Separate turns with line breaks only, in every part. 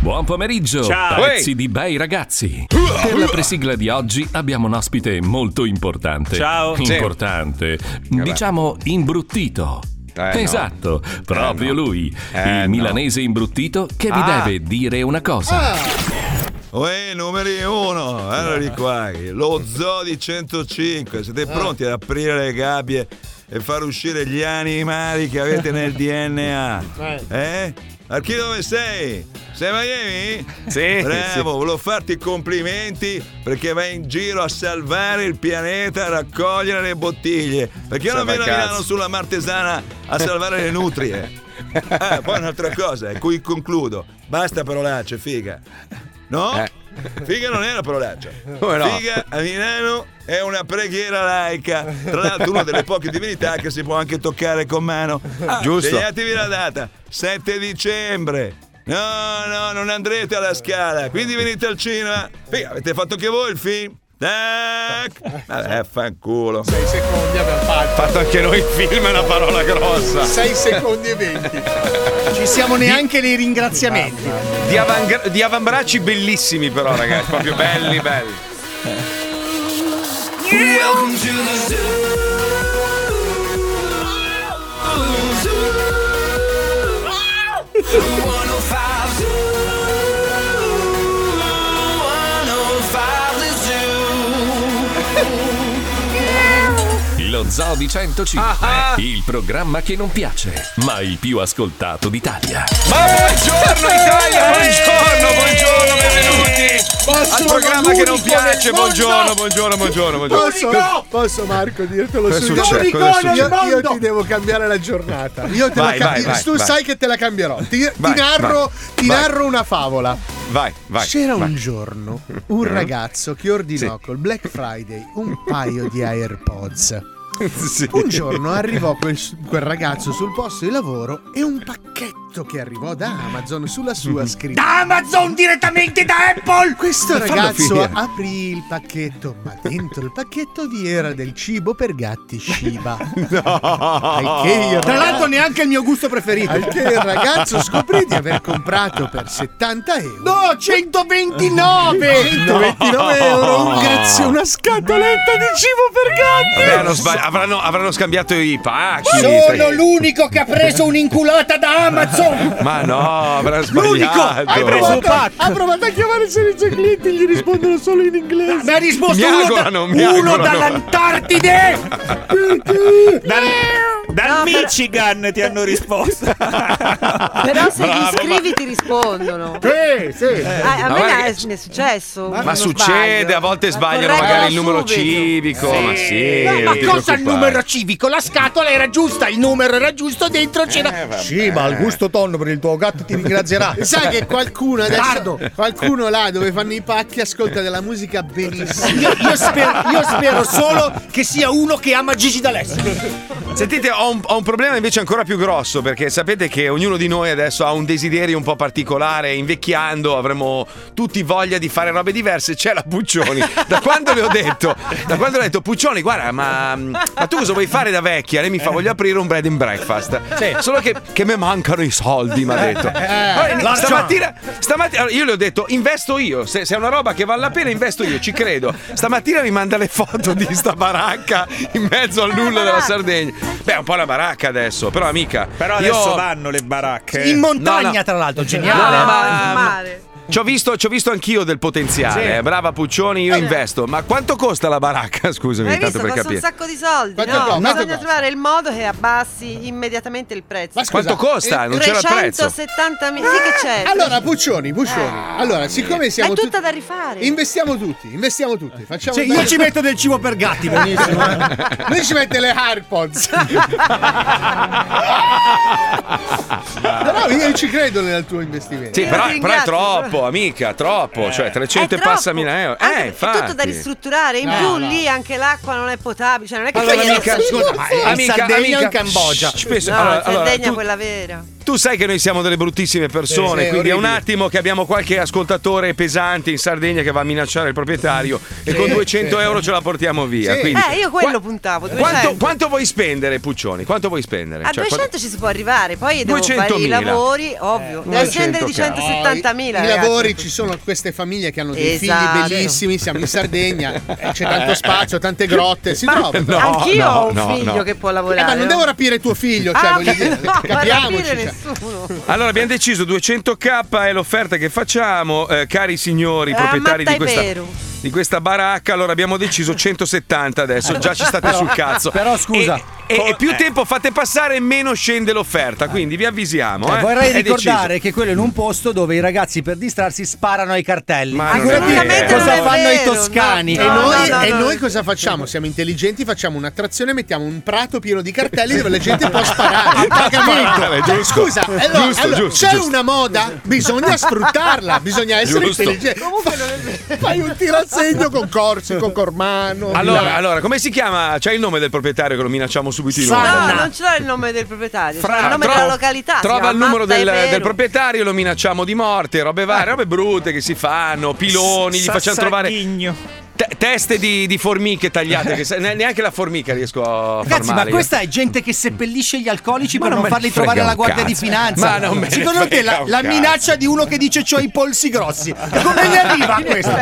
Buon pomeriggio,
Ciao.
pezzi di bei ragazzi. Per la presigla di oggi abbiamo un ospite molto importante.
Ciao. Sì.
Importante. Diciamo imbruttito.
Eh, no.
esatto, proprio lui,
Eh,
il
no.
milanese imbruttito che vi
Ah.
deve dire una cosa.
Uè, numeri uno, allora qua, lo zoo di 105, siete pronti ad aprire le gabbie e far uscire gli animali che avete nel DNA? Eh? Archi dove sei? Sei a Miami?
Sì,
Bravo, volevo farti i complimenti perché vai in giro a salvare il pianeta, a raccogliere le bottiglie. Perché non
Salva
vieni a
cazzo.
Milano sulla martesana a salvare le nutrie? Ah, poi un'altra cosa, e qui concludo. Basta parolacce, figa. No?
Eh.
Figa non è una parolaccia.
Come no?
Figa a Milano è una preghiera laica. Tra l'altro, una delle poche divinità che si può anche toccare con mano. Ah,
Giusto.
Segnatevi la data: 7 dicembre. No, no, non andrete alla scala. Quindi venite al cinema. Figa, avete fatto anche voi il film? Tac. Vabbè, fanculo.
Sei secondi abbiamo fatto.
Fatto anche noi il film è una parola grossa.
6 secondi e 20. Ci siamo neanche nei ringraziamenti.
Di, avangra- di avambracci bellissimi però ragazzi, proprio belli belli.
Lo Zoo di 105,
Ah,
il programma che non piace, ma il più ascoltato d'Italia.
Ma buongiorno Italia, buongiorno, buongiorno,
Eh,
benvenuti al programma che non piace, buongiorno, buongiorno, buongiorno, buongiorno.
Posso, posso, Marco dirtelo
Cosa
su
succede? Cosa
Io-
succede?
io, ti devo cambiare la giornata. Io te
Vai,
la cambi-
vai, vai,
tu
vai.
sai che te la cambierò. Ti, ti
Vai,
narro, ti
vai.
narro una favola.
Vai, vai.
C'era
vai. Mm.
un giorno un ragazzo che ordinò col Black Friday un paio di AirPods.
Sì.
Un giorno arrivò quel, quel ragazzo sul posto di lavoro e un pacchetto che arrivò da Amazon sulla
Mm.
sua scritta. Da Amazon direttamente da Apple! Questo
Ma fallo
ragazzo
finire.
aprì il pacchetto, ma dentro il pacchetto vi era del cibo per gatti Shiba. Tra l'altro neanche il mio gusto preferito. Al che il ragazzo scoprì di aver comprato per 70 euro. No, 129! 129 euro,
Ah.
un grazie, una scatoletta di cibo per gatti!
Oh. Vabbè, hanno sbagli- avranno, avranno scambiato i pacchi.
Sono
perché-
l'unico che ha preso un'inculata da Amazon.
Ma no, avranno sbagliato.
Hai provato- Ha provato a chiamare il servizio clienti, gli rispondono solo in inglese.
Mi ha risposto
Mi
uno,
augurano, mi
da, uno
augurano.
dall'Antartide.
Dal, dal Michigan ti hanno risposto.
Però se
Bravo,
gli
ma- Eh,
scrivi ti rispondono. Eh,
Sì, sì.
Eh,
A,
ma
a me
guarda
è,
che-
mi è successo.
Ma
uno
succede,
sbaglio.
a volte
Ma
sbagliano magari il
correggilo
numero
subito.
civico. Ma sì.
No,
non
ma
ti
cosa il
preoccupare.
numero civico? La scatola era giusta, il numero era giusto,
Eh,
dentro c'era.
Sì, ma il gusto tonno per il tuo gatto ti ringrazierà. Sai che qualcuno adesso, qualcuno là dove fanno i pacchi ascolta della musica benissimo.
Io, io spero, io spero solo che sia uno che ama Gigi D'Alessio.
Sentite, ho un, ho un problema invece ancora più grosso perché sapete che ognuno di noi adesso ha un desiderio un po' particolare. Invecchiando avremo tutti voglia di fare robe diverse. C'è la Puccioni. Da quando le ho detto, da quando le ho detto, Puccioni, guarda, ma, ma tu cosa vuoi fare da vecchia? Lei mi fa, voglio aprire un bread and breakfast. Solo che, che mi mancano i soldi, mi ha detto. Allora, stamattina, stamattina, allora, io le ho detto, investo io. Se, se è una roba che vale la pena, investo io, ci credo. Stamattina mi manda le foto di sta baracca in mezzo al nulla della Sardegna. Beh, è un po' la baracca adesso, però amica.
Però
io-
adesso vanno le baracche. eh.
In montagna,
No, no.
tra l'altro,
No,
geniale.
No, no,
ma...
ma- Ci ho, visto, ci ho visto anch'io del potenziale. eh. Brava Puccioni, io investo. Ma quanto costa la baracca? Scusami,
Hai
tanto
visto?
per
Costa
capire.
un sacco di soldi.
Quanto
no?
costa? Quanto
Bisogna
costa?
trovare il modo che abbassi immediatamente il prezzo.
Ma scusa,
Quanto costa? Non c'era il prezzo.
370 mila. Eh, Sì, che c'è.
Ah, Allora, Puccioni, Puccioni. Allora, siccome
Ma
siamo
è
tutti
tutta da rifare.
Investiamo tutti, investiamo tutti. Facciamo
Sì, Cioè, io ci metto eh. del cibo per gatti.
Noi ci mette le AirPods. Però io ci credo nel tuo investimento.
Sì, però,
Io ti
però è
ringrazio,
troppo, amica, troppo.
Eh.
Cioè,
È
300 e
troppo.
passa mila euro.
Anche
Eh,
perché è tutto da
infatti.
ristrutturare. In
No,
più
no.
lì anche l'acqua non è potabile. Cioè, non è che
Allora,
puoi
amica,
adesso-
scusa, ma è in Sardegna o in Cambogia?
shh, spesso-
No,
allora,
in Sardegna
allora, tu-
quella vera.
tu, tu sai che noi siamo delle bruttissime persone,
Eh,
Sì, sì,
quindi è un
orribili.
attimo che abbiamo qualche ascoltatore pesante in Sardegna che va a minacciare il proprietario e
Sì,
con 200
sì.
euro ce la portiamo via. quindi-
Eh, io quello puntavo.
quanto,
200.
quanto vuoi spendere, Puccioni? Quanto vuoi spendere?
A
Cioè,
200
quanto-
ci si può arrivare, poi devo fare i
200.000.
lavori, ovvio. Deve
200K.
scendere di 170.000.
Eh, I
ragazzi.
lavori ci sono queste famiglie che hanno dei
Esatto.
figli bellissimi, siamo in Sardegna, eh, c'è tanto spazio, tante grotte, si
Ma
trova.
No, Anch'io no, ho un no, figlio no. che può lavorare.
Eh, ma non devo rapire tuo figlio, cioè,
Ah,
voglio dire,
no, ma
capiamoci.
rapire
cioè.
nessuno.
Allora abbiamo deciso 200k è l'offerta che facciamo, eh, cari signori
Eh,
proprietari di
Mattai
questa,
Peru.
di questa baracca, allora abbiamo deciso 170 adesso, già ci state
Però-
sul cazzo.
però scusa,
E, e-
co-
e più
eh.
tempo fate passare meno scende l'offerta, quindi vi avvisiamo.
Cioè,
eh.
vorrei
È
ricordare che quello è in un posto dove i ragazzi per distrarsi sparano ai cartelli.
Ma
Ah, non è
Figurati
vero.
cosa
Non è
fanno i
vero,
toscani?
e noi, e noi cosa facciamo? Siamo intelligenti, facciamo un'attrazione, mettiamo un prato pieno di cartelli dove la gente può
Ah,
sparare. a
Sparare,
pagamento. Cioè,
giusto.
Scusa, allora,
Giusto,
allro-
giusto,
c'è
giusto.
una moda, bisogna sfruttarla, bisogna essere
Giusto.
intelligenti. Fai un tirassegno con Corsico, Cormano.
decisa. Allora, allora, come si chiama? C'è il nome del proprietario che lo minacciamo subito di nuovo.
No, non ce l'ho il nome del proprietario, c'è il nome
trova-
della località. si
Trova
chiama
il numero
Mattai
del,
Peru.
del proprietario, lo minacciamo di morte, robe
Eh.
varie, robe brutte che si fanno, piloni, gli facciamo trovare te- teste di, di formiche tagliate, che se- ne- neanche la formica riesco a far
Ragazzi, ma
male.
questa è gente che seppellisce gli alcolici per
non
non
me ne
farli
frega
trovare
un
alla Guardia
cazzo.
di Finanza.
Ma non me ne
Secondo te
frega
la,
un
la
cazzo.
minaccia di uno che dice c'ho i polsi grossi, come gli arriva questo?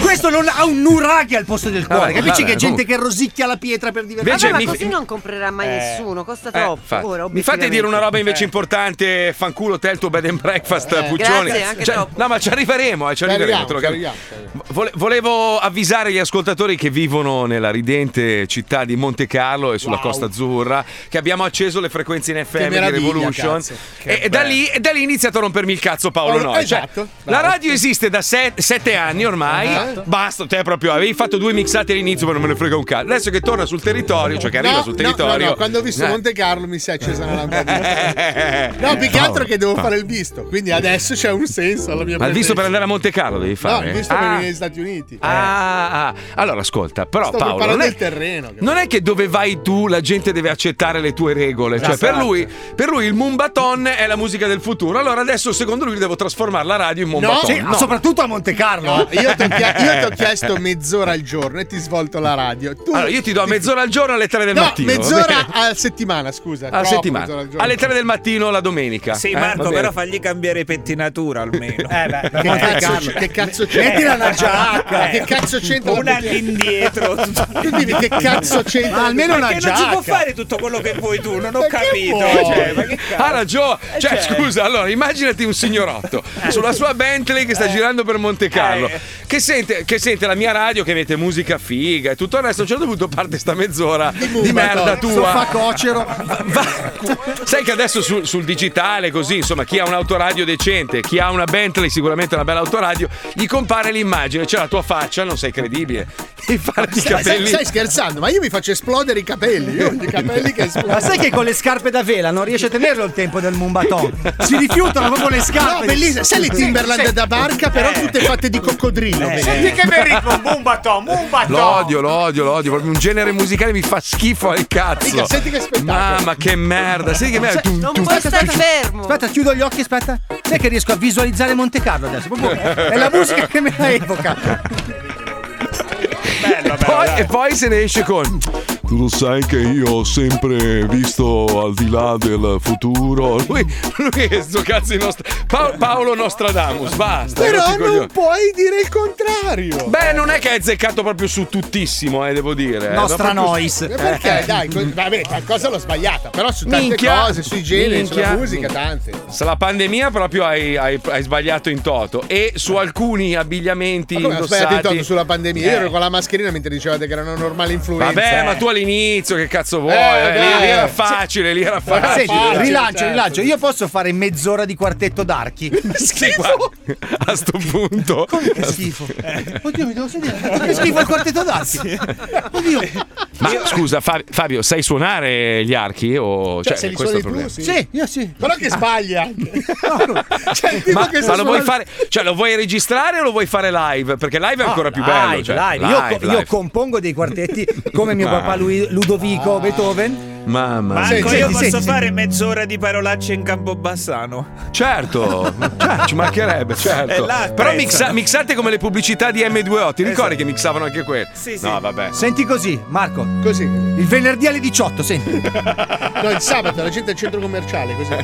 questo non ha un nuraghi al posto del cuore,
Ah, Vabbè,
capisci
vabbè,
che è gente
comunque.
che rosicchia la pietra per divertirsi?
Invece
Vabbè,
mi-
ma così non comprerà mai nessuno, costa
Eh,
troppo.
infatti.
ora,
mi fate dire una roba invece
Eh.
obiettivamente.
importante, fanculo te il tuo bed and breakfast, Puccioni.
grazie, anche
Cioè,
troppo.
no, ma ci arriveremo, eh, ci arriveremo.
arriviamo,
te lo
Eh. ci
gar-
arriviamo,
Vole- volevo avvisare gli ascoltatori che vivono nella ridente città di Monte Carlo e sulla Costa Azzurra che abbiamo acceso le frequenze in FM di
meraviglia,
Revolution
cazzo. Che
e, e da lì, e da lì è iniziato a rompermi il cazzo Paolo
Paolo,
Noi. Cioè,
esatto,
la
bravo.
radio esiste da set- sette anni ormai,
Esatto.
basta, te proprio avevi fatto due mixate all'inizio ma non me ne frega un cazzo. Adesso che torna sul territorio, cioè che arriva
No,
sul
no,
territorio...
no, no, quando ho visto
Eh.
Monte Carlo mi si è accesa una lampadina.
No,
No, più che altro che devo fare il visto, quindi adesso c'è un senso alla mia
Ma il visto per
presenza.
andare a Monte Carlo devi
No,
fare?
il visto
Ah,
per venire negli Stati Uniti.
ah, ah. allora ascolta, però
Sto
Paolo non
preparando
è, Eh,
il terreno. capito?
non è che dove vai tu la gente deve accettare le tue regole, cioè per lui,
Esatto.
per lui il Mumbaton è la musica del futuro, allora adesso secondo lui devo trasformare la radio in Mumbaton.
Sì,
No.
soprattutto a Monte Carlo.
No, io ti ho chia- io ti ho chiesto mezz'ora al giorno e ti svolto la radio. Tu
eh, Allora io ti do mezz'ora al giorno alle 3 del
No,
mattino. va
mezz'ora
bene?
a settimana, scusa.
alla
troppo, mezz'ora
settimana.
al giorno.
Alle 3 del mattino la domenica.
Sì,
eh?
Marco,
Va bene.
però fagli cambiare pettinatura almeno.
Eh, beh,
Che
perché-
cazzo c'è? Che cazzo c'è?
Mettila una giacca.
Che cazzo c'entra?
Un
la
anno
bottiglia?
indietro.
Tu dimmi che cazzo c'entra? Almeno una
Perché non si può
giacca.
fare tutto quello che vuoi tu, non ho
che
capito.
vuoi?
Cioè, ma che cazzo?
Ha ragione, cioè, scusa, allora immaginati un signorotto sulla sua Bentley che sta girando per Monte Carlo,
Eh.
che, sente, che sente la mia radio che mette musica figa e tutto il resto. A un certo punto parte sta mezz'ora di, merda
Fa
tua.
cocero.
Va- sai che adesso sul, sul digitale, così insomma, chi ha un'autoradio decente, chi ha una Bentley, sicuramente una bella autoradio, gli compare l'immagine, c'è la tua faccia, non sei credibile. Devi farti i
Stai, stai-
capelli.
stai scherzando, ma io mi faccio esplodere i capelli. Io ho i capelli che esplodono.
Ma sai che con le scarpe da vela non riesce a tenerlo il tempo del mumbaton? Si rifiutano proprio le
No,
scarpe. Eh.
bellissima. Sai le Timberland da barca, però tutte fatte di coccodrillo. vedi?
Senti che bel ritmo, Mumbato, Mumbato.
Eh. L'odio, l'odio, l'odio. Proprio un genere musicale mi fa schifo al cazzo.
Mica, senti che spettacolo.
Mamma, che merda. Senti che merda. Tu-
Non
tu-
puoi stare fermo.
Aspetta, chiudo gli occhi, aspetta. Sai che riesco a visualizzare Monte Carlo adesso. Proprio è la musica che me la evoca.
Bello, bello,
Poi-
dai.
e poi se ne esce con.
Tu lo sai che io ho sempre visto al di là del futuro.
Lui, lui è sto cazzo di nostra. Pa- Paolo Nostradamus, basta.
Però
rotti i
non
coglioni.
puoi dire il contrario.
Beh, non è che hai azzeccato proprio su tuttissimo, eh, devo dire. eh.
Nostra
Ma proprio
noise.
Ma Perché? Dai, co- vabbè, qualcosa l'ho sbagliata, però su tante
Eh. Minchia.
cose, sui generi,
Minchia.
sulla musica, tante.
su- se La pandemia proprio hai, hai- hai sbagliato in toto. E su alcuni abbigliamenti
Ma come ho sbagliato il
indossati. Eh,
tono sulla pandemia? Io ero con la mascherina mentre dicevate che era una normale influenza.
Vabbè, ma tu all'inizio che cazzo vuoi?
Eh,
eh, lì,
dai.
lì era facile, lì era facile.
Senti,
facile,
rilancio,
certo.
rilancio. Io posso fare mezz'ora di quartetto d'archi.
Sì, guarda, a sto punto.
Che schifo.
Eh.
Oddio, mi devo sedere. Che schifo il quartetto d'archi. Oddio.
Ma scusa, Fa- Fabio, sai suonare gli archi? O...
Cioè,
Cioè,
se li
questo è
suoni
il problema.
tu, sì.
Sì, io sì.
Però
Ah.
che sbaglia. Cioè, il tipo
Ma,
che
ma
sa
lo vuoi
suonare-
fare? Cioè, lo vuoi registrare o lo vuoi fare live? Perché live è ancora più bello.
Live,
cioè,
live. Io, co-
live,
io
live.
compongo dei quartetti come mio papà Lui- Ludovico Beethoven.
Mamma mia.
Marco,
Senti,
io
senti,
posso
senti.
fare mezz'ora di parolacce in Campobassano.
Certo, cioè, ci mancherebbe, certo.
È là,
Però
prezzo.
mixate mixate come le pubblicità di M2O, ti ricordi
Esatto.
che mixavano anche quelle?
Sì, sì.
No, vabbè.
Eh. Senti così, Marco.
Così.
Il venerdì alle 18, senti.
No, il sabato la gente al centro commerciale, così.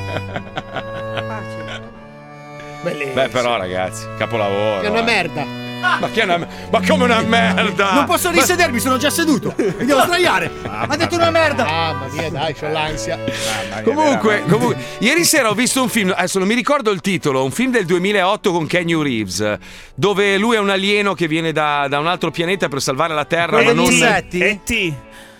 Bellissimo.
Beh, però, ragazzi, capolavoro.
È una
eh.
merda.
Ma, che è una- ma come una merda! Ah,
Non posso risedermi, sono già seduto. Mi devo sdraiare. Ha detto una merda.
Mamma mia, Ah, dai, c'ho l'ansia.
Comunque, comunque, ieri sera ho visto un film, adesso non mi ricordo il titolo, un film del 2008 con Kenny Reeves, dove lui è un alieno che viene da, da un altro pianeta per salvare la Terra, ma
E
non...
ti-
insetti?
E ti?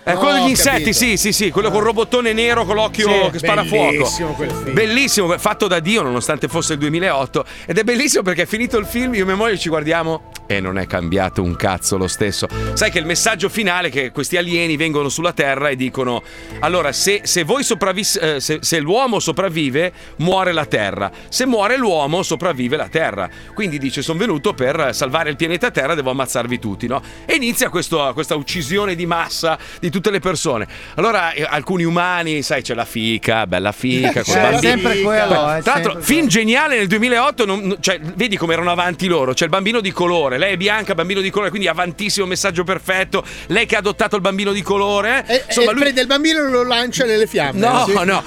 Eh, quello
No,
degli
Oh, ho
insetti,
capito. Ah.
sì, sì, sì, quello col robottone nero con l'occhio che spara fuoco.
Bellissimo quel film.
Bellissimo, fatto da Dio nonostante fosse il 2008 ed è bellissimo perché è finito il film, io e mia moglie ci guardiamo e non è cambiato un cazzo lo stesso. Sai che il messaggio finale è che questi alieni vengono sulla Terra e dicono allora se, se voi sopravvis- eh, se, se l'uomo sopravvive muore la Terra, se muore l'uomo sopravvive la Terra. Quindi dice sono venuto per salvare il pianeta Terra, devo ammazzarvi tutti, no? E inizia questo- questa uccisione di massa di tutte le persone. Allora eh, alcuni umani, sai c'è la fica, bella fica, col
C'era
bambino.
Cioè, sempre quello,
Tra l'altro, film geniale nel 2008, non- non- cioè, vedi come erano avanti loro. C'è il bambino di colore, lei è bianca, bambino di colore, quindi avantissimo messaggio perfetto. Lei che ha adottato il bambino di colore. eh.
E, e prende il bambino e lo lancia nelle fiamme.
No,
Sì.
no, no,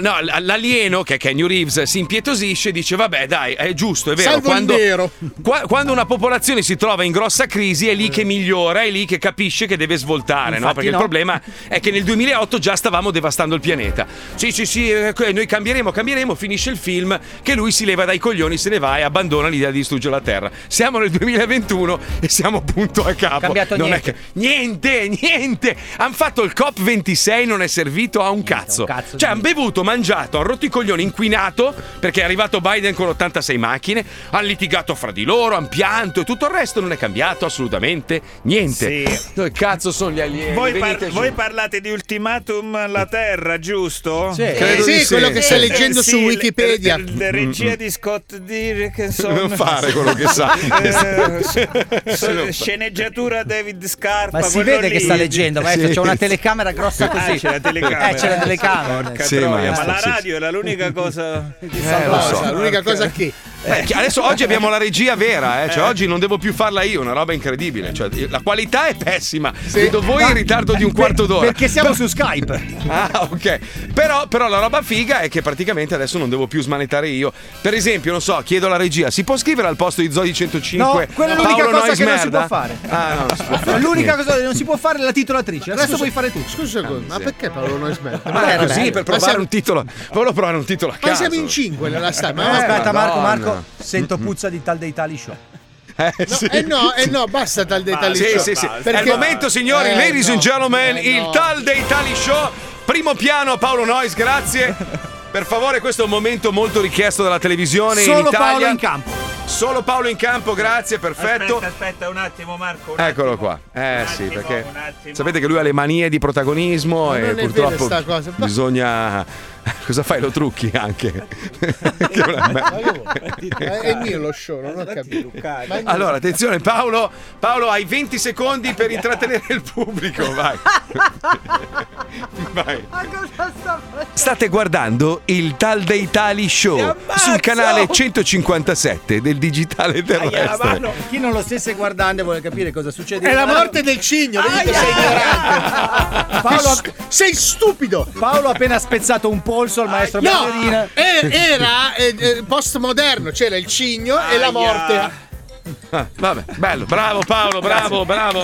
no, l- l'alieno che è Kenny Reeves si impietosisce e dice vabbè dai, è giusto, è vero.
Salvo il
quando,
nero.
qua- quando una popolazione si trova in grossa crisi è lì che migliora, è lì che capisce che deve svoltare, no?
Infatti
Perché il
no.
problema è che nel 2008 già stavamo devastando il pianeta. Sì, sì, sì, eh, que- noi cambieremo, cambieremo, finisce il film che lui si leva dai coglioni, se ne va e abbandona l'idea di distruggere la Terra. Siamo nel 2021 e siamo punto a capo.
Cambiato
Non è
niente.
che- niente, niente. Hanno fatto il COP26, non è servito a un cazzo.
un cazzo di
cioè, hanno
niente.
bevuto, mangiato, hanno rotto i coglioni, inquinato perché è arrivato Biden con 86 macchine. Hanno litigato fra di loro, hanno pianto e tutto il resto non è cambiato assolutamente niente.
Sì.
Dove cazzo sono gli
Eh,
alieni?
Voi, par-
Venite giù.
voi parlate di ultimatum alla Terra, giusto?
Sì.
Eh,
Credo
sì,
di sì.
quello che stai
Eh,
leggendo
sì,
su
le-
Wikipedia.
le- le regia di Scott Dickinson.
Non fare quello che sa.
Eh, s- s- sceneggiatura David Scarpa.
Ma si
quello
vede che
lì.
sta leggendo, maestro.
Sì.
C'è una telecamera grossa
Ah,
così.
c'è la telecamera.
Eh, c'è la telecamera.
Porca
Sì,
troia,
maestro,
ma la
sì,
radio era l'unica cosa.
Eh, lo so.
Cosa, L'unica cosa che
Beh, chi- adesso oggi abbiamo la regia vera, eh. cioè oggi non devo più farla io, una roba incredibile. Cioè, la qualità è pessima. Vedo voi in ritardo di un quarto d'ora.
Perché siamo su Skype.
Ah, ok. Però, però la roba figa è che praticamente adesso non devo più smanettare io. Per esempio, non so, chiedo alla regia, si può scrivere al posto di Zodi 105?
No, quella è
Paolo
l'unica cosa
Nois
che non si
merda?
può fare.
Ah, no, non si può fare.
L'unica
niente.
cosa che non si può fare è la titolatrice. Il resto puoi fare tu. Ah,
Scusa, un secondo, ma perché Paolo non smette?
Ma è Ah, così per provare
siamo-
un titolo. Volevo provare un titolo a caso. Eh,
Ma siamo in cinque nella stanza.
No,
Ma
aspetta, Marco,
Madonna.
Marco, sento puzza di tal dei tali show.
Eh,
No,
sì.
eh no, eh no, basta tal dei tali
Sì,
show.
sì, sì. È il
Perché-
momento, signori,
Eh,
ladies and
no,
gentlemen,
eh,
il
no.
tal dei tali show. Primo piano, Paolo Nois, grazie. Per favore, questo è un momento molto richiesto dalla televisione in
Solo
Italia.
Paolo in campo.
Solo Paolo in campo, grazie, perfetto.
Aspetta, aspetta un attimo, Marco. un
Eccolo
attimo.
qua. Eh
Un
sì,
attimo,
perché
un attimo.
sapete che lui ha le manie di protagonismo
Ma
e
non è vera
purtroppo
sta cosa. Ma-
bisogna Cosa fai? Lo trucchi anche. Che è una mer-
Eh, È mio lo show, non ho capito. Ma è mio.
allora, attenzione Paolo, Paolo hai 20 secondi per intrattenere il pubblico, vai. vai.
Ma cosa sta
Eh,
facendo?
State guardando il Tal dei Tali Show sul canale 157 del digitale terrestre.
Chi non lo stesse guardando e vuole capire cosa succede.
È la morte del cigno, vedi che sei ignorante.
Paolo-
sei stupido. Ah,
Paolo ha appena spezzato un polso al maestro
No,
Ballerina.
eh, era eh, eh, postmoderno, c'era il cigno e la morte.
Ah, vabbè, bello, bravo Paolo, bravo, bravo.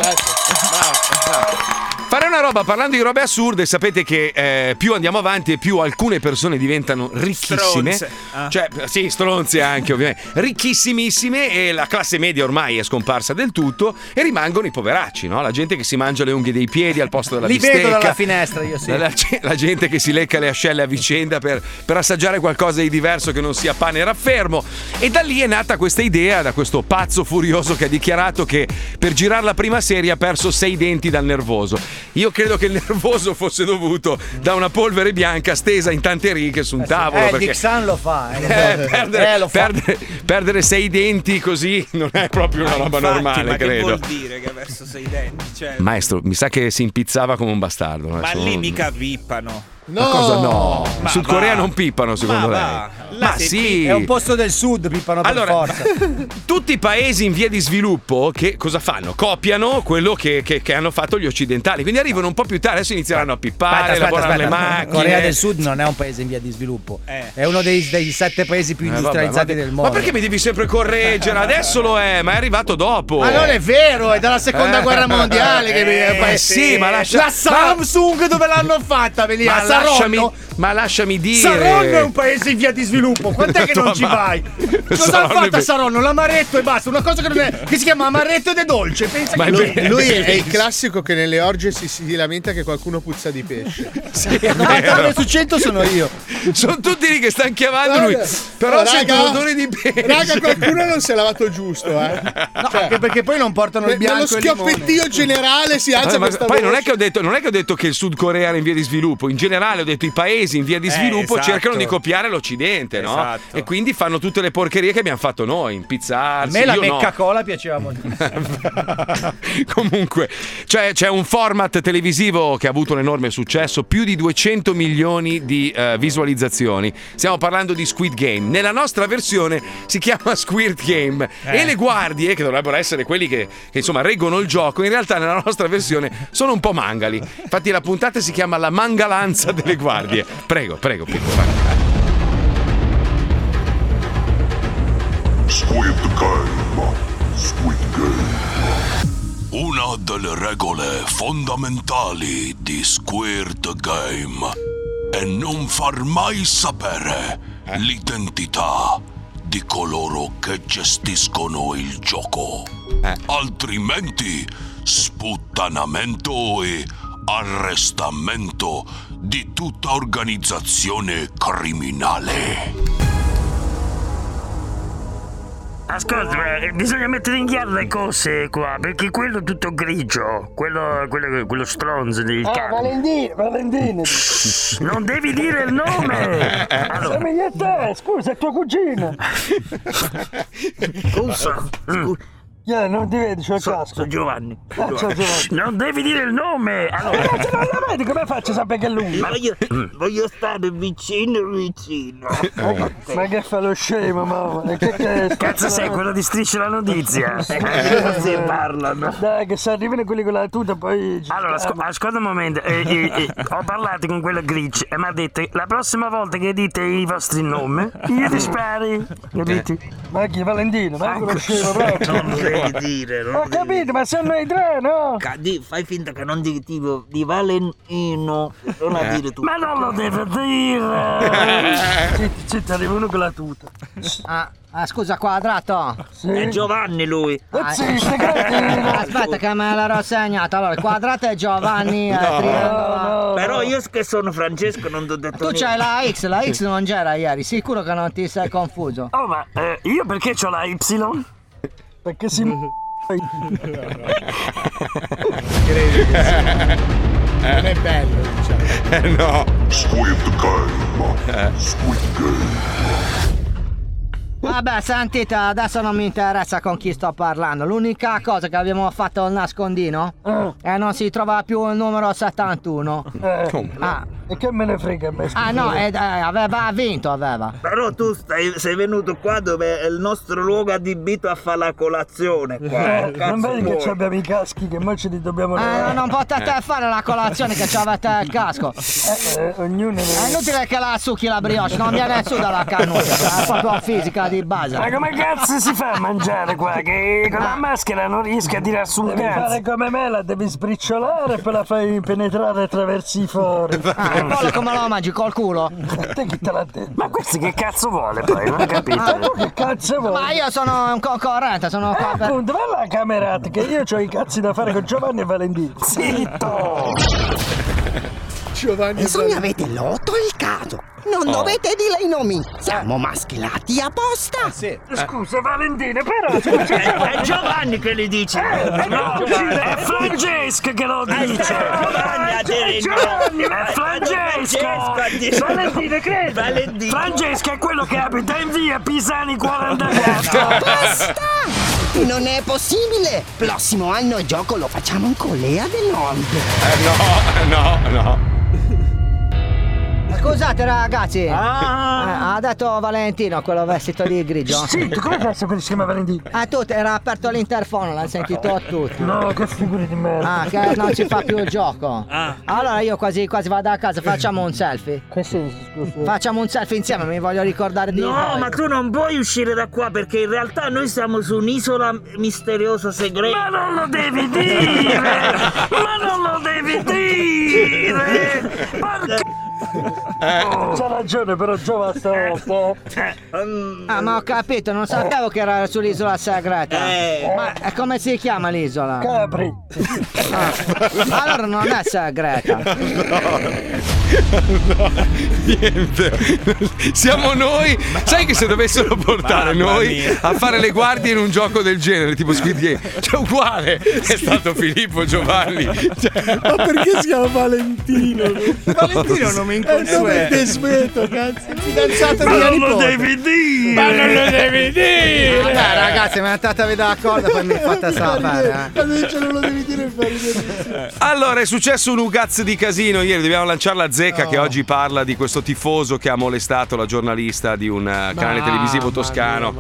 Bravo. Fare una roba parlando di robe assurde, sapete che eh, più andiamo avanti e più alcune persone diventano ricchissime.
Stronze. Ah.
eh.
Cioè, sì, stronze anche, ovviamente. Ricchissimissime e la classe media ormai è scomparsa del tutto e rimangono i poveracci, no? La gente che si mangia le unghie dei piedi al posto della
Li
bistecca.
vedo dalla finestra io sì.
La, la ge- la gente che si lecca le ascelle a vicenda per, per assaggiare qualcosa di diverso che non sia pane e raffermo. E da lì è nata questa idea, da questo pazzo furioso che ha dichiarato che per girare la prima serie ha perso sei denti dal nervoso. Io credo che il nervoso fosse dovuto da una polvere bianca stesa in tante righe su un tavolo.
eh,
perché-
Dick Sun lo fa. eh, lo
Eh,
so.
perdere,
Eh, lo fa.
perdere- perdere sei denti così non è
Ah,
proprio una roba normale,
ma
credo.
Che vuol dire che ha perso sei denti? Cioè,
Maestro, mi sa che si impizzava come un bastardo.
ma
adesso
lì
non-
mica pippano.
Ma cosa no?
Ma
Sud
va.
Corea non pippano, secondo
Ma
lei.
va. Là
Ma
se
sì.
È un posto del sud, pippano per
Allora,
forza.
tutti i paesi in via di sviluppo che cosa fanno? Copiano quello che, che- che hanno fatto gli occidentali. Quindi arrivano un po' più tardi, adesso inizieranno a pippare, lavorare le macchine. Eh,
Corea del Sud non è un paese in via di sviluppo,
Eh.
è uno dei, dei sette paesi più
Eh, vabbè,
industrializzati
ma te-
del
Ma
mondo.
perché mi devi sempre correggere? Adesso lo è, ma è arrivato dopo.
Ma non
Oh.
è vero, è dalla seconda
Eh.
guerra mondiale che
Eh,
eh,
sì, ma lascia-
La Samsung dove l'hanno fatta? Ve lì
ma
a
lasciami,
Saronno?
ma lasciami dire.
Saronno è un paese in via di sviluppo, quant'è che non ci vai? Cosa
Saronno
ha
è
fatto
be-
a Saronno? L'amaretto e basta, una cosa che non è. che si chiama amaretto ed è dolce. Pensa
Ma
che
è
lui,
be-
Lui è il classico che nelle orge si, si lamenta che qualcuno puzza di pesce.
Sì, è
99
vero.
su 100 sono io.
Sono tutti lì che stanno chiamando lui. Però
Oh,
sento
raga.
l'odore di pesce.
Raga, qualcuno non si è lavato giusto, eh.
No, anche perché poi non portano il
Per- per
bianco
lo
e il limone.
schioppettio generale si
Vabbè,
alza
ma
questa
poi
voce.
non è, che ho detto, non è che ho detto che il Sud Corea era in via di sviluppo, in generale ho detto i paesi in via
Eh,
di sviluppo
esatto.
cercano di copiare l'Occidente, no?
Esatto.
E quindi fanno tutte le porcherie che abbiamo fatto noi,
A
impizzarsi.
me la
io no.
mecca cola piaceva molto.
Comunque, cioè, c'è un format televisivo che ha avuto un enorme successo, più di 200 milioni di eh, visualizzazioni. Stiamo parlando di Squid Game. Nella nostra versione si chiama Squid Game. E le guardie, che dovrebbero essere quelli che, che, insomma reggono il gioco, in realtà nella nostra versione sono un po' mangali. Infatti, la puntata si chiama La mangalanza delle guardie. Prego, prego, Pippo. vai.
Squid Game. Squid Game. Una delle regole fondamentali di Squid Game è non far mai sapere
Eh?
l'identità di coloro che gestiscono il gioco.
Eh?
Altrimenti sputtanamento e arrestamento di tutta organizzazione criminale.
Ascolta, eh, bisogna mettere in chiaro le cose qua, perché quello è tutto grigio, quello, quello, quello stronzo di
Oh,
Italia.
Valentino, Valentino.
Eh, Non devi dire il nome! Allora,
Siamo io e te, scusa, è tuo cugino.
Mm.
Io non ti vedo, c'ho il
So-
casco.
so Giovanni.
Ah, ciao, Giovanni. Eh,
Non devi dire il nome! Allora,
Cazzo, non lo vedi, come faccio a sapere che è lui?
voglio, stare vicino, vicino.
Eh, Ma che fa lo scemo, mamma? Che che
Cazzo sei quello di Striscia la Notizia? Eh, Così parlano.
Dai, che se arrivano quelli con la tuta, poi...
Allora, asco- ascolta un momento, eh, eh, eh, ho parlato con quello Grinch e mi ha detto la prossima volta che dite i vostri nomi, io ti spari, capiti?
Ma chi, Valentino? Ma che lo scemo, proprio.
devi dire,
Ho capito, ma sono noi tre, no?
Fai finta che non dici tipo di Valentino, non la dire tu. Ma non lo devo dire!
Zitti, zitti, arriva uno con la tuta.
Ah, ah, scusa, quadrato. Mm.
È
Sì.
Giovanni lui.
Ah,
Zitti, cretino!
Aspetta, che me l'ero segnato. Allora, il quadrato è Giovanni. eh, triangolo.
No, no.
Però io che sono Francesco non ti ho detto
Tu
niente.
c'hai la X, la X non c'era ieri. Sicuro che non ti sei confuso.
Oh, ma eh, io perché ho la Y?
Perché si...
Eh,
Non è bello, diciamo.
Eh, no.
Squid Game.
Eh.
Squid Game.
Vabbè, sentite, adesso non mi interessa con chi sto parlando. L'unica cosa che abbiamo fatto al nascondino è non si trova più il numero 71.
Eh,
Ah,
e che me ne frega a me?
ah, no,
scusa?
ed, eh, aveva vinto, aveva.
Però tu stai- sei venuto qua dove è il nostro luogo adibito a fare la colazione. Qua. Oh,
Eh, non vedi che
vuoi?
ci abbiamo i caschi che noi ci li dobbiamo
Eh,
levare?
no, non potete fare la colazione che ci avete il casco.
Eh, eh, ognuno
È
deve...
inutile che la succhi la brioche, non viene su dalla cannuccia, è proprio fisica di
Ma
base.
come cazzo si fa a mangiare qua? Che con la maschera non riesco a tirar su un
Devi
cazzo.
fare come me, la devi sbriciolare e poi la fai penetrare attraverso i fori.
Ah, il pollo come lo mangi? Col culo?
A te chi te l'ha detto? Ah,
Ma questo che cazzo vuole poi? Non ho capito.
Che cazzo vuoi?
Ah, Ma io sono un concorrente, sono qua per...
Eh, Appunto, vai alla camerata che io ho i cazzi da fare con Giovanni e Valentino. Eh,
Zitto!
Giovanni
avete lotto il caso.
Non
Oh.
dovete dire i nomi.
Eh.
Siamo maschilati apposta.
Scusa Valentina, però
Eh.
scusa,
È- è Giovanni
che li dice.
Giovanni.
no, Eh, è Francesco che lo dice. Giovanni a dire il Giovanni, è Francesco. Valentina, credi? Francesco è quello che abita in via Pisani 44.
Non è possibile. Prossimo anno il gioco lo facciamo in Corea del Nord.
Eh, no, no, no.
Scusate ragazzi,
Ah.
Eh, ha detto Valentino quello vestito di grigio.
Sì, tu come cazzo quello si chiama Valentino? Ah,
A tutti, era aperto all'interfono, l'hanno sentito a tutti.
No, che figura di merda.
Ah, che non si fa più il gioco.
Ah.
Allora io quasi quasi vado a casa, facciamo un selfie. Che senso, scusa? Facciamo un selfie insieme, mi voglio ricordare di
No,
voi.
ma tu non puoi uscire da qua perché in realtà noi siamo su un'isola misteriosa segreta. Ma non lo devi dire! ma non lo devi dire!
Eh.
C'ha ragione però Giova stavolta.
Ah, ma ho capito, non sapevo che era sull'isola segreta. Ma eh, come si chiama l'isola?
Capri.
Ah, Allora non è segreta.
No, niente. Siamo noi. Sai che se dovessero portare
Mamma
noi
mia.
a fare le guardie in un gioco del genere, tipo Squid Game, cioè uguale. È stato Filippo Giovanni. Cioè-
Ma perché si chiama Valentino? Valentino è un nome inconsueto. È un nome desmeto, cazzo. Fidanzato
Ma
di
non lo
devi dire.
Ma non lo devi dire.
Vabbè,
Vabbè,
ragazzi,
ragazzi,
mi è andata a vedere la corda poi mi è fatta
eh?
salvare. Ma invece non lo devi dire fa ridere.
Allora, è successo un ugaz di casino ieri. Dobbiamo lanciare la zecca che oggi parla di questo tifoso che ha molestato la giornalista di un eh, canale
Mamma
televisivo
mia,
toscano.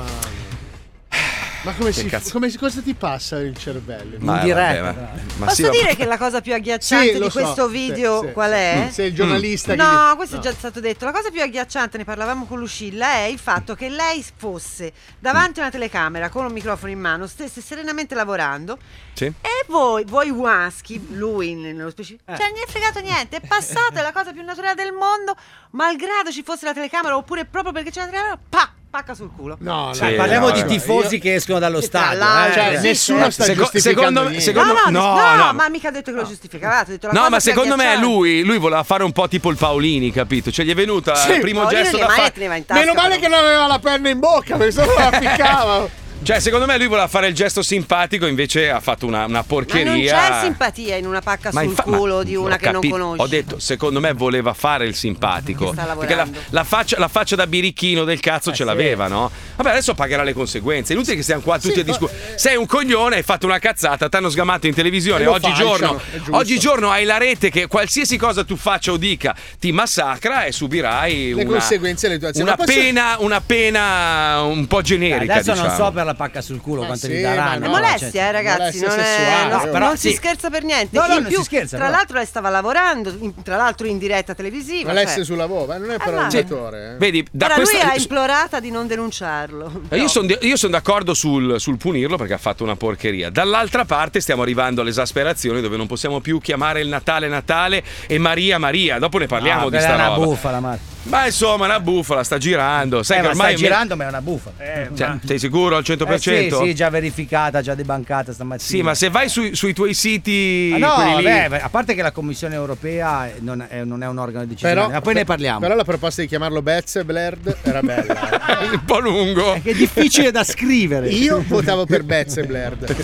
Ma come si
cazzo.
come si- cosa ti passa il cervello?
Ma, eh, diretta. vabbè, ma- ma
Posso
sì, ma-
dire che la cosa più agghiacciante
Sì, lo
di
so,
questo
sì,
video
sì,
qual
sì.
è?
Mm, sei il giornalista che
No,
dice-
questo
no.
è già stato detto. La cosa più agghiacciante, ne parlavamo con Lucilla, è il fatto che lei fosse davanti a una telecamera con un microfono in mano, stesse serenamente lavorando
Sì.
e voi, voi maschi, lui nello
Eh.
specifico, cioè non gli è fregato niente, è passato, è la cosa più naturale del mondo, malgrado ci fosse la telecamera oppure proprio perché c'è la telecamera, pa, pacca sul culo.
No, no,
Sì,
parliamo
no,
di
no.
tifosi
Io-
che escono dallo stadio. eh.
Cioè, nessuno sta Seco- giustificando secondo me- niente. secondo-
no, no,
no,
no,
no.
ma mica ha detto che lo giustificava. ha detto la
No,
cosa
ma
più
secondo me
agghiacciante.
lui, lui voleva fare un po' tipo il Paolini, capito? Cioè, gli è venuta
Sì,
il primo
Paolini
gesto
le
da
mani
fare.
te ne va in tasca,
Meno male che non aveva la penna in bocca, perché sennò la piccava.
Cioè, secondo me lui voleva fare il gesto simpatico, invece ha fatto una, una
Ma non
porcheria.
c'è simpatia in una pacca
Ma
sul
infa- ma
culo di una
ho
che non
capito,
conosci.
Ho detto, secondo me voleva fare il simpatico.
sta
Perché la,
lavorando. Eh,
la faccia, la faccia da birichino del cazzo ce l'aveva, no? Vabbè, adesso pagherà le conseguenze. Inutile che stiamo qua tutti a discutere. Sei un coglione, hai fatto una cazzata, t'hanno sgamato in televisione.
E lo
Oggigiorno,
falciano, è giusto.
oggigiorno hai la rete che qualsiasi cosa tu faccia o dica ti massacra e subirai
Le
una,
conseguenze le tue azioni.
una
Ma posso-
pena, una pena un po' generica.
Adesso non
diciamo.
so per la pacca sul culo quanto
sì,
gli cioè,
È
daranno.
molestia, eh, ragazzi,
molestia
non, è-
sessuale,
non-
no, però
non si
sì.
scherza per niente.
No, no,
In
non
più,
si scherza,
tra
però.
l'altro, lei stava lavorando, in- tra l'altro in diretta televisiva.
Ma lei
cioè.
sta sul lavoro, ma non è però un
Sì.
giocatore. eh.
Vedi, da
Ora,
questa-
lui l'ha implorata di non denunciarlo.
Eh, Io sono d'accordo sul, sul punirlo perché ha fatto una porcheria. Dall'altra parte stiamo arrivando all'esasperazione dove non possiamo più chiamare il Natale Natale e Maria Maria. Dopo ne parliamo di sta
Ah, Quella è
roba.
una bufala, ma.
Ma insomma, una bufala, sta girando. Sai
Eh,
che
ma
ormai
sta girando, ma è una bufala.
Cioè, sei sicuro al 100%?
Eh, sì, sì, già verificata, già debancata stamattina.
Sì, ma se vai sui, sui tuoi siti
Ah, no,
quelli lì-
beh, a parte che la Commissione europea non è, non è un organo decisionale, ma poi ne parliamo.
Però la proposta di chiamarlo Betz Blerd era bella.
un po' lungo.
Eh,
È difficile da scrivere. Io votavo per Betz Blerd.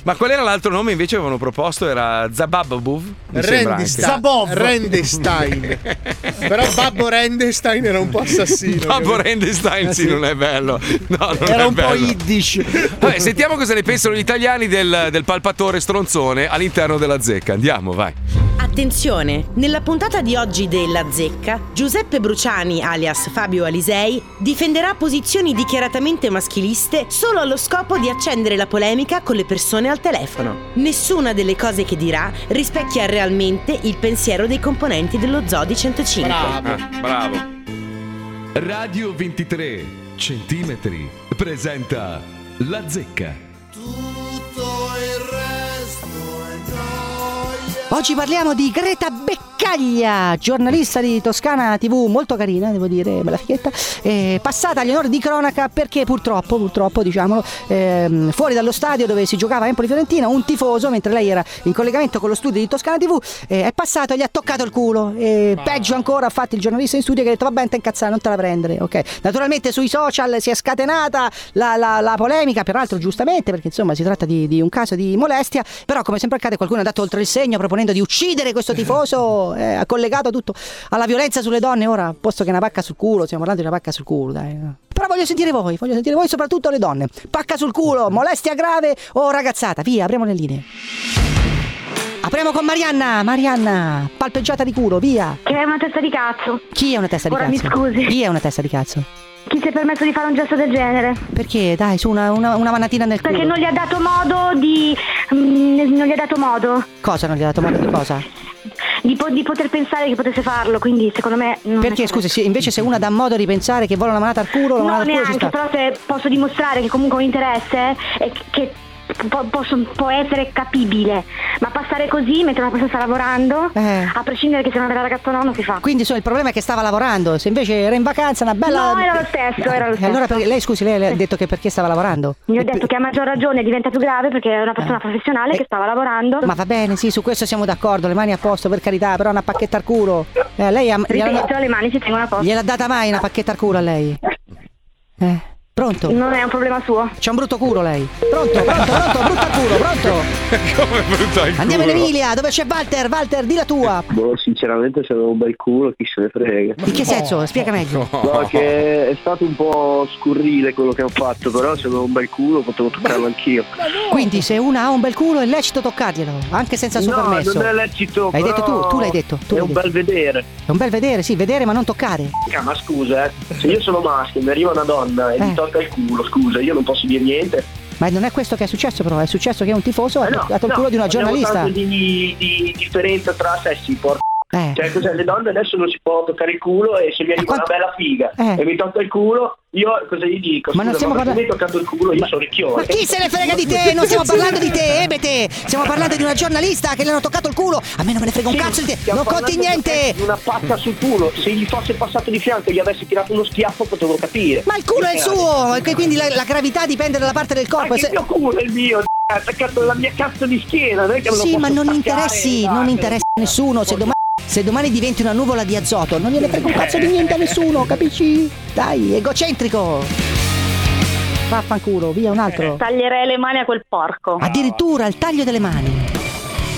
Ma qual era l'altro nome invece che avevano proposto? Era Zabababuv? Mi sembra
Randy
anche.
Sta- Rendestein. Però Babbo Rendestein era un po' assassino.
Babbo
capito?
Rendenstein, sì, non è bello. No, non
Era
è
un po'
bello.
yiddish.
Vabbè, sentiamo cosa ne pensano gli italiani del, del palpatore stronzone all'interno della zecca. Andiamo, vai.
Attenzione, nella puntata di oggi della Zecca, Giuseppe Bruciani, alias Fabio Alisei, difenderà posizioni dichiaratamente maschiliste solo allo scopo di accendere la polemica con le persone al telefono. Nessuna delle cose che dirà rispecchia realmente il pensiero dei componenti dello Zoo di 105.
Eh.
Ah, bravo. Radio 23 centimetri presenta La Zecca.
Oggi parliamo di Greta Beccari Battaglia, giornalista di Toscana TV, molto carina, devo dire, bella fighetta, eh, passata agli onori di cronaca perché purtroppo, purtroppo, diciamolo, ehm, fuori dallo stadio dove si giocava Empoli Fiorentina, un tifoso, mentre lei era in collegamento con lo studio di Toscana TV, eh, è passato e gli ha toccato il culo. E peggio ancora, ha fatto il giornalista in studio che ha detto: Va bene, te incazzare, non te la prendere. ok? Naturalmente sui social si è scatenata la, la- la polemica, peraltro giustamente, perché insomma si tratta di, di un caso di molestia. Però, come sempre accade, qualcuno ha dato oltre il segno proponendo di uccidere questo tifoso, eh, ha collegato tutto alla violenza sulle donne. Ora, posto che è una pacca sul culo, stiamo parlando di una pacca sul culo, dai. Però voglio sentire voi, voglio sentire voi, soprattutto le donne. Pacca sul culo, molestia grave o ragazzata. Via, apriamo le linee. Apriamo con Marianna, Marianna, palpeggiata di culo, via.
Che è una testa di cazzo.
Chi è una testa di
Ora mi
cazzo?
scusi.
Chi è una testa di cazzo?
Chi si è permesso di fare un gesto del genere?
Perché? Dai, su una, una, una manatina nel culo.
Perché non gli ha dato modo di. mm, non gli ha dato modo
Cosa non gli ha dato modo di cosa?
di, po- di poter pensare che potesse farlo. Quindi, secondo me. Non
Perché,
è
scusi, se- invece se una dà modo di pensare che vuole una manata al culo, la
No,
manata al culo ci
neanche,
sta.
però se posso dimostrare che comunque ho un interesse e che po- posso- può essere capibile. Ma passare così mentre una persona sta lavorando, a prescindere che sia una bella ragazza o no, non si fa.
Eh. Quindi insomma, il problema è che stava lavorando, se invece era in vacanza, una bella...
No, era lo stesso, era lo
E
stesso.
Allora, perché, lei, scusi, lei le ha detto che perché stava lavorando? Eh.
Mi ho detto che a maggior ragione diventa più grave perché è una persona professionale che stava lavorando.
Ma va bene, sì, su questo siamo d'accordo, le mani a posto, per carità, però una pacchetta al culo. Eh, lei ha, gliel'ha-
Ripeto, le mani si tengono a posto.
gliel'ha data mai una pacchetta al culo a lei? Eh, pronto?
Non è un problema suo.
C'ha un brutto culo lei. Pronto, pronto, pronto, brutto al culo, pronto.
Come brutto il
Andiamo in
culo.
Emilia, dove c'è Walter? Walter, di la tua.
Boh, sinceramente se avevo un bel culo, chi se ne frega.
In che senso? Spiega meglio.
No, che è stato un po' scurrile quello che ho fatto, però se avevo un bel culo potevo toccarlo anch'io.
Quindi se una ha un bel culo è lecito toccarglielo, anche senza il suo
no,
permesso.
non è lecito.
Hai
però
detto tu, tu l'hai detto. tu
è
l'hai
un
detto.
bel vedere.
È un bel vedere, sì, vedere ma non toccare.
Raga, ma scusa, eh, se io sono maschio e mi arriva una donna e
Eh.
mi tocca il culo, scusa, io non posso dire niente.
Ma non è questo che è successo però, è successo che un tifoso ha
Eh no,
toccato il
no,
culo di una
parliamo
giornalista.
tanto di, di differenza tra sessi, porca.
Eh.
Cioè, cos'è? Le donne adesso non si può toccare il culo e se mi arriva una bella figa
Eh.
e mi tocca il culo, io cosa gli dico?
Ma non
Scusa,
stiamo
ma
parla-
perché mi hai toccato il culo, io sono ricchione.
Ma chi se ne frega di te? Non stiamo parlando di te, Ebete! Stiamo parlando di una giornalista che le hanno toccato il culo! A me non me ne frega un
Sì,
cazzo di te!
stiamo
Non conti
parlando
niente!
di Una pacca sul culo, se gli fosse passato di fianco e gli avessi tirato uno schiaffo potevo capire.
Ma il culo è il
Perché-
suo! e Quindi la, la gravità dipende dalla parte del corpo. Se-
Anche il mio Ah, culo è il mio, è attaccato alla mia cazzo di schiena, non è che me lo
Sì,
posso
ma non
staccare,
interessi,
dai,
non
me lo-
interessa a nessuno. Se domani, se domani diventi una nuvola di azoto, non gliene frega un cazzo di
Eh.
niente a nessuno, capisci? Dai, egocentrico! Vaffanculo, via un altro.
Eh, Taglierei le mani a quel porco.
Addirittura il taglio delle mani.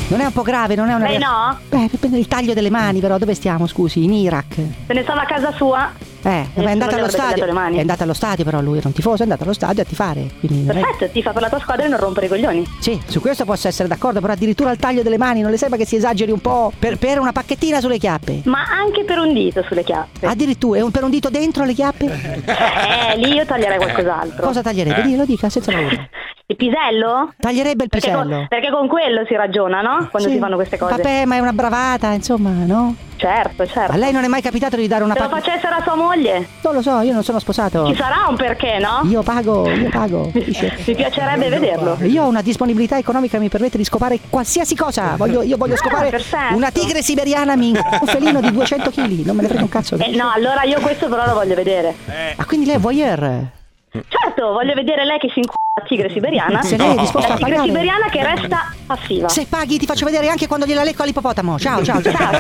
Non è un po' grave, non è una.
Lei no?
Beh, dipende dal taglio delle mani, però dove stiamo, scusi? In Iraq. Eh,
Se ne stava a casa sua.
ma è
non
andata
gli
allo
avrebbe Eh, tagliato
stadio.
le mani.
È andata allo stadio, però lui era un tifoso, è andato allo stadio a tifare. Quindi non è-
Perfetto, ti fa per la tua
Eh,
squadra e non rompere i coglioni.
Sì, su questo posso essere d'accordo, però addirittura il taglio delle mani, non le sembra che si esageri un po' per, per una pacchettina sulle chiappe?
Ma anche per un dito sulle chiappe.
Addirittura, è un, per un dito dentro le chiappe?
Eh, lì io taglierei qualcos'altro.
Cosa
Eh.
taglierebbe? Dì, lo dica senza paura.
Il pisello?
Taglierebbe il
Perché
pisello.
con, perché con quello si ragiona, no? Quando
Sì.
si fanno queste cose.
Vabbè, ma è una bravata, insomma, no?
Certo, certo.
A lei non è mai capitato di dare una
Se lo
pacca?
facessero a sua moglie,
Non lo so, io non sono sposato.
ci sarà un perché, no?
Io pago, io pago.
Mi piacerebbe vederlo.
Io ho una disponibilità economica che mi permette di scopare qualsiasi cosa. Voglio, io voglio
Ah,
scopare
perfetto.
una tigre siberiana, mi- un felino di 200 kg. Non me ne frega un cazzo.
Eh, no, allora io questo però lo voglio vedere.
Ah, quindi lei è voyeur.
Certo, voglio vedere lei che si incula la tigre siberiana.
Se lei è disposta
la
a
tigre
pagare.
siberiana che resta passiva.
Se paghi ti faccio vedere anche quando gliela lecco all'ippopotamo. Ciao, ciao, ciao.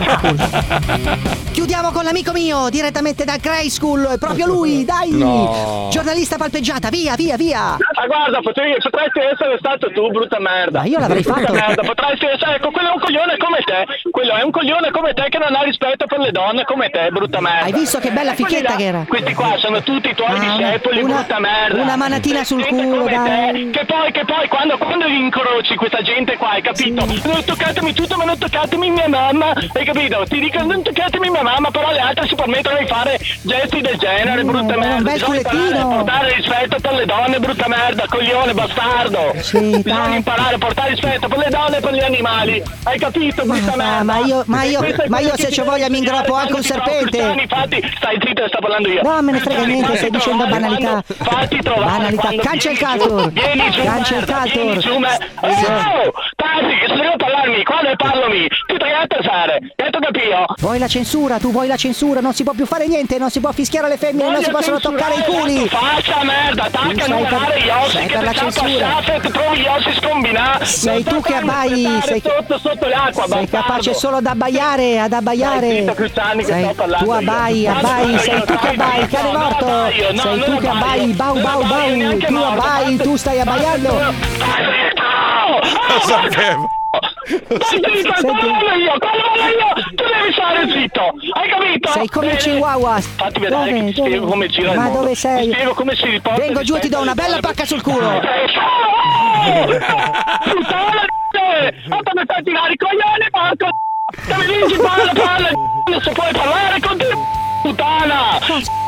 Chiudiamo con l'amico mio, direttamente da Grey School. È proprio lui, dai.
No.
Giornalista palpeggiata, via, via, via.
Ma Ah, guarda, potevi, potresti essere stato tu, brutta merda. Ma
io l'avrei fatto.
merda, potresti essere, ecco, quello è un coglione come te. Quello è un coglione come te che non ha rispetto per le donne come te, brutta merda.
Hai visto che bella
E quelli
fichetta
là,
che era? Ah,
Questi qua sono tutti i tuoi discepoli, brutta merda.
una manatina sul
Gente
culo,
come
dai.
te, Che poi, che poi, quando, quando li incroci questa gente qua, hai capito? Non toccatemi tutto, ma non toccatemi mia mamma, hai capito? Ti dico, non toccatemi mia mamma, però le altre si permettono di fare gesti del genere, brutta merda.
Mm, un bel
Bisogna imparare a
culettino.
Portare rispetto per le donne, brutta merda, coglione, bastardo. Bisogna imparare a portare rispetto per le donne e per gli animali. Hai capito, brutta merda?
ma io- ma
E
io-
questo è
ma
quello
io
che
se
ti
c'ho
devo
voglia mi
insegnare
ingrappo anche
quando ti
un
trovi
serpente.
Cristiani, Infatti, stai zitto, sto parlando io.
No, me ne frega
Cristiani,
niente,
fatti
stai dicendo
trovare
banalità.
quando- Fatti trovare
Banalità,
quando
cancel
vieni giù.
culture.
Vieni giù,
Cancel
merda,
culture.
vieni giù, me-
Sì.
Oh, Tasi, che adesso devo parlarmi, quando parlo mi, tu te a fare, detto capito?
Vuoi la censura? Tu vuoi la censura? Non si può più fare niente, non si può fischiare le femmine, non si possono toccare i
certo,
culi.
Faccia merda, attacca a
Sei per-
numerare gli ossi
sei
che
per la
ti sta
censura.
passata e ti trovi gli ossi scombinati.
Sei tu che abbai, sei,
sotto, sotto l'acqua,
sei capace solo ad abbaiare, ad
Stai
abbaiare.
zitto, Cristani, che sto parlando
tu
io.
abbai,
Non
abbai,
abbaio,
sei tu che
stai
abbai,
zitto,
cane
no,
morto.
non abbaio, no,
sei tu
non
che
abbaio.
abbai, bau
Non
bau
abbaio
bau,
neanche
tu
morto,
abbai,
basta-
tu stai abbaiando.
Lo sapevo. Datteli per
Senti.
quello voglio io, quello voglio io. Tu devi stare zitto, hai capito?
Sei come il chihuahua.
Fatti vedere
Dove?
che ti
Dove?
spiego come gira il
Ma
mondo.
dove sei?
Ti spiego come si riporta.
Vengo giù, ti do una bella pacca sul culo.
eh! Puttana di... Ho come stai a tirare i coglioni, porco! Come dici, parla, parla, non si puoi parlare con te, puttana!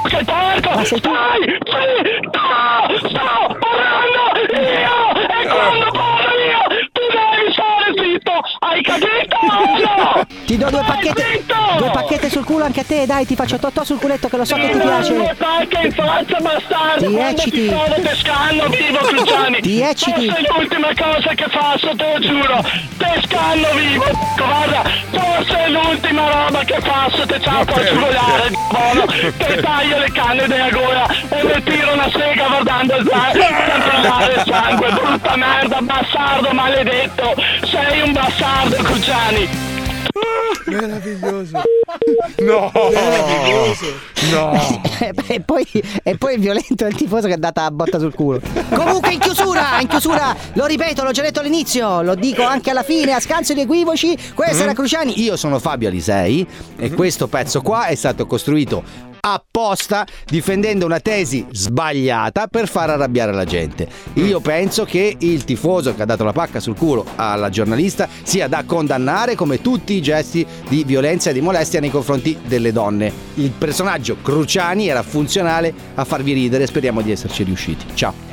Che porco! Ma sei tu? Stai, zitto! Sto parlando io! E quando parlo io, tu devi stare zitto! Hai capito o no?
Ti do due pacchette,
zitto!
due pacchette sul culo anche a te, dai, ti faccio totò sul culetto che lo so che ti
Ti do
piace.
due pacche in faccia, bastardo!
Ti
quando
ecciti.
Ti sono pescando, vivo, Cruciani!
Ti ecciti.
Questa è l'ultima cosa che faccio, te lo giuro! Pescando vivo, guarda! Questa è l'ultima roba che faccio, te ciao a scivolare, buono! Te taglio le canne della gola e le tiro una sega guardando il sangue, per trovare il sangue, brutta merda, bastardo maledetto! Sei un bastardo, Cruciani!
Meraviglioso.
No!
No! e, poi, e poi il violento è il tifoso che è data a botta sul culo. Comunque in chiusura, in chiusura, lo ripeto, l'ho già detto all'inizio, lo dico anche alla fine, a scanso di equivoci, questa era Cruciani.
Io sono Fabio Alisei e questo pezzo qua è stato costruito apposta difendendo una tesi sbagliata per far arrabbiare la gente. Io penso che il tifoso che ha dato la pacca sul culo alla giornalista sia da condannare come tutti i gesti di violenza e di molestia nei confronti delle donne. Il personaggio Cruciani era funzionale a farvi ridere, speriamo di esserci riusciti. Ciao.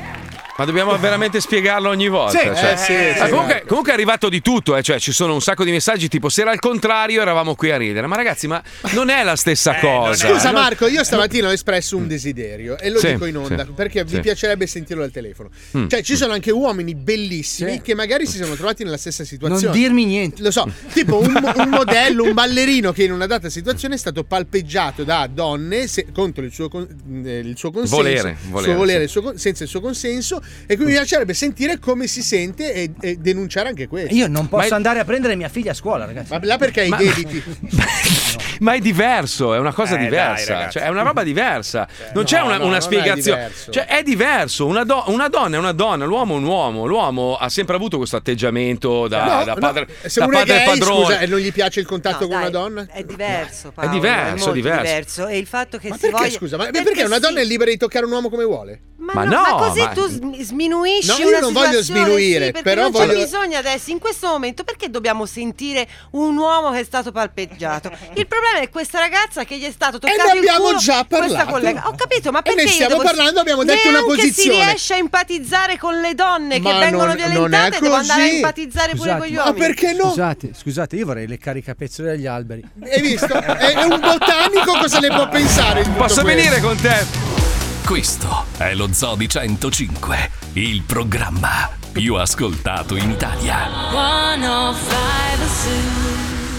Ma dobbiamo veramente spiegarlo ogni volta.
Sì,
cioè.
eh, sì, sì.
Ma comunque, comunque è arrivato di tutto, eh, cioè ci sono un sacco di messaggi tipo se era al contrario eravamo qui a ridere. Ma ragazzi, ma non è la stessa cosa.
Scusa
Eh, Non-
Marco, io stamattina ho espresso un desiderio e lo
Sì,
dico in onda
sì,
perché
sì.
vi piacerebbe sentirlo al telefono.
Mm.
Cioè, ci sono anche uomini bellissimi
Sì.
che magari si sono trovati nella stessa situazione.
Non dirmi niente.
Lo so, tipo un, mo- un modello, un ballerino che in una data situazione è stato palpeggiato da donne se- contro il suo, con- eh, il suo consenso,
Volere,
suo
volere,
volere,
sì.
il suo con- senza il suo consenso e quindi mi piacerebbe sentire come si sente e, e denunciare anche questo.
Io non posso andare a prendere mia figlia a scuola, ragazzi.
Ma là perché hai i
Ma-
debiti?
Ma è diverso, è una cosa
Eh, dai,
diversa,
ragazzi.
cioè, è una roba diversa. Non c'è
Cioè, no,
una,
no,
una
non è
spiegazione.
diverso.
cioè, è diverso. Una, do- una donna è una donna, l'uomo è un uomo. L'uomo ha sempre avuto questo atteggiamento da,
No,
da
no,
padre,
se
da
uno è
padre
gay,
padrone.
scusa, e non gli piace il contatto
No,
con una
dai,
donna?
È diverso, Paolo.
diverso,
molto
diverso.
E il fatto che
Ma
si
perché
voglia...
scusa? Ma perché, una donna è libera di toccare un uomo come vuole?
Ma,
Ma
no,
no,
ma così
ma-
tu smi- sminuisci
No, io
una
non voglio
situazione,
sminuire,
sì, perché
però
non
voglio-
c'è bisogno adesso, in questo momento, perché dobbiamo sentire un uomo che è stato palpeggiato? Il problema è questa ragazza che gli è stato toccato
ne
il
abbiamo
culo,
già
questa
parlato.
collega. Ho capito, ma
E ne
perché io
stiamo
devo-
parlando, abbiamo detto una
Neanche
posizione.
si riesce a empatizzare con le donne
Ma
che vengono
non- non è
violentate, devo andare a
così.
empatizzare pure con gli uomini.
Scusate, scusate, io vorrei leccare i capezzoli agli alberi.
Hai visto? È, è un botanico, cosa ne può pensare? di tutto
Posso
questo?
venire con te? Questo è lo Zoo di 105, il programma più ascoltato in Italia.
105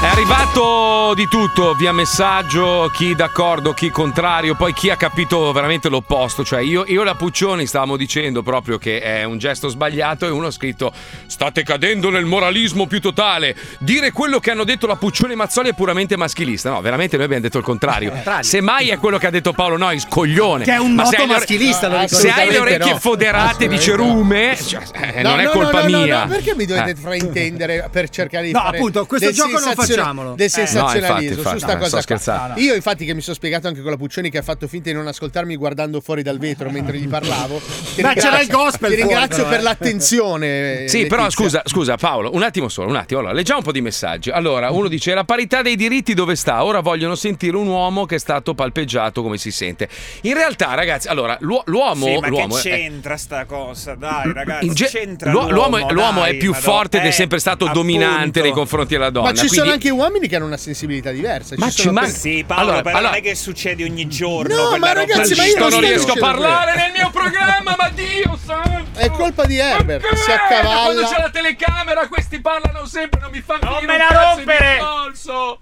È arrivato di tutto via messaggio, chi d'accordo, chi contrario, poi chi ha capito veramente l'opposto. Cioè, io, io e la Puccioni stavamo dicendo proprio che è un gesto sbagliato e uno ha scritto: State cadendo nel moralismo più totale. Dire quello che hanno detto la Puccioni e Mazzoli è puramente maschilista. No, veramente noi abbiamo detto il contrario. Semmai è quello che ha detto Paolo Nois, coglione.
Che è un
Ma se
noto
hai le ore-
maschilista, lo
Se hai le
assolutamente
orecchie
no.
foderate di cerume, cioè, eh,
No,
non è
no, no,
colpa
no, no,
mia.
No, perché mi dovete
Eh.
fraintendere per cercare di
No,
fare
appunto, questo
del
gioco non
sensazio-
facciamolo.
Del
Eh.
sensazionalismo
No, infatti,
su sta
infatti,
cosa
sto
qua.
scherzando.
Io infatti che mi sono spiegato anche con la Puccioni che ha fatto finta di non ascoltarmi guardando fuori dal vetro mentre gli parlavo. Ti
Ma
ringrazio-
c'era il gospel
Ti
fuori,
ringrazio
però,
per
eh.
l'attenzione.
Sì,
Eh, Letizia.
però scusa, scusa Paolo, un attimo solo, un attimo. Allora, leggiamo un po' di messaggi. Allora, uno dice la parità dei diritti dove sta? Ora vogliono sentire un uomo che è stato palpeggiato come si sente. In realtà, ragazzi, allora, l'u- l'uomo...
Sì, ma
l'uomo
che
è-
c'entra sta cosa? Dai, ragazzi,
eh. in ge-
c'entra
l'u-
l'uomo.
l'uomo è- l'uomo è
dai,
più
madò-
forte ed
eh,
è sempre stato
appunto.
dominante nei confronti della donna.
Ma ci sono
quindi-
anche uomini che hanno una sensibilità diversa.
Ma ci
sono
manca-
quelli-
Sì, Paolo,
Allora,
però
allora-
non è che succede ogni giorno.
No,
quella
ma
roba
ragazzi,
lì.
ma io
non riesco a
dicendo
parlare
quello.
nel mio programma, ma Dio santo!
colpa di Herbert che si
Quando c'è
accavalla.
la telecamera, questi parlano sempre, non mi fanno
Non
finire un
me la
cazzo
rompere!
di discorso.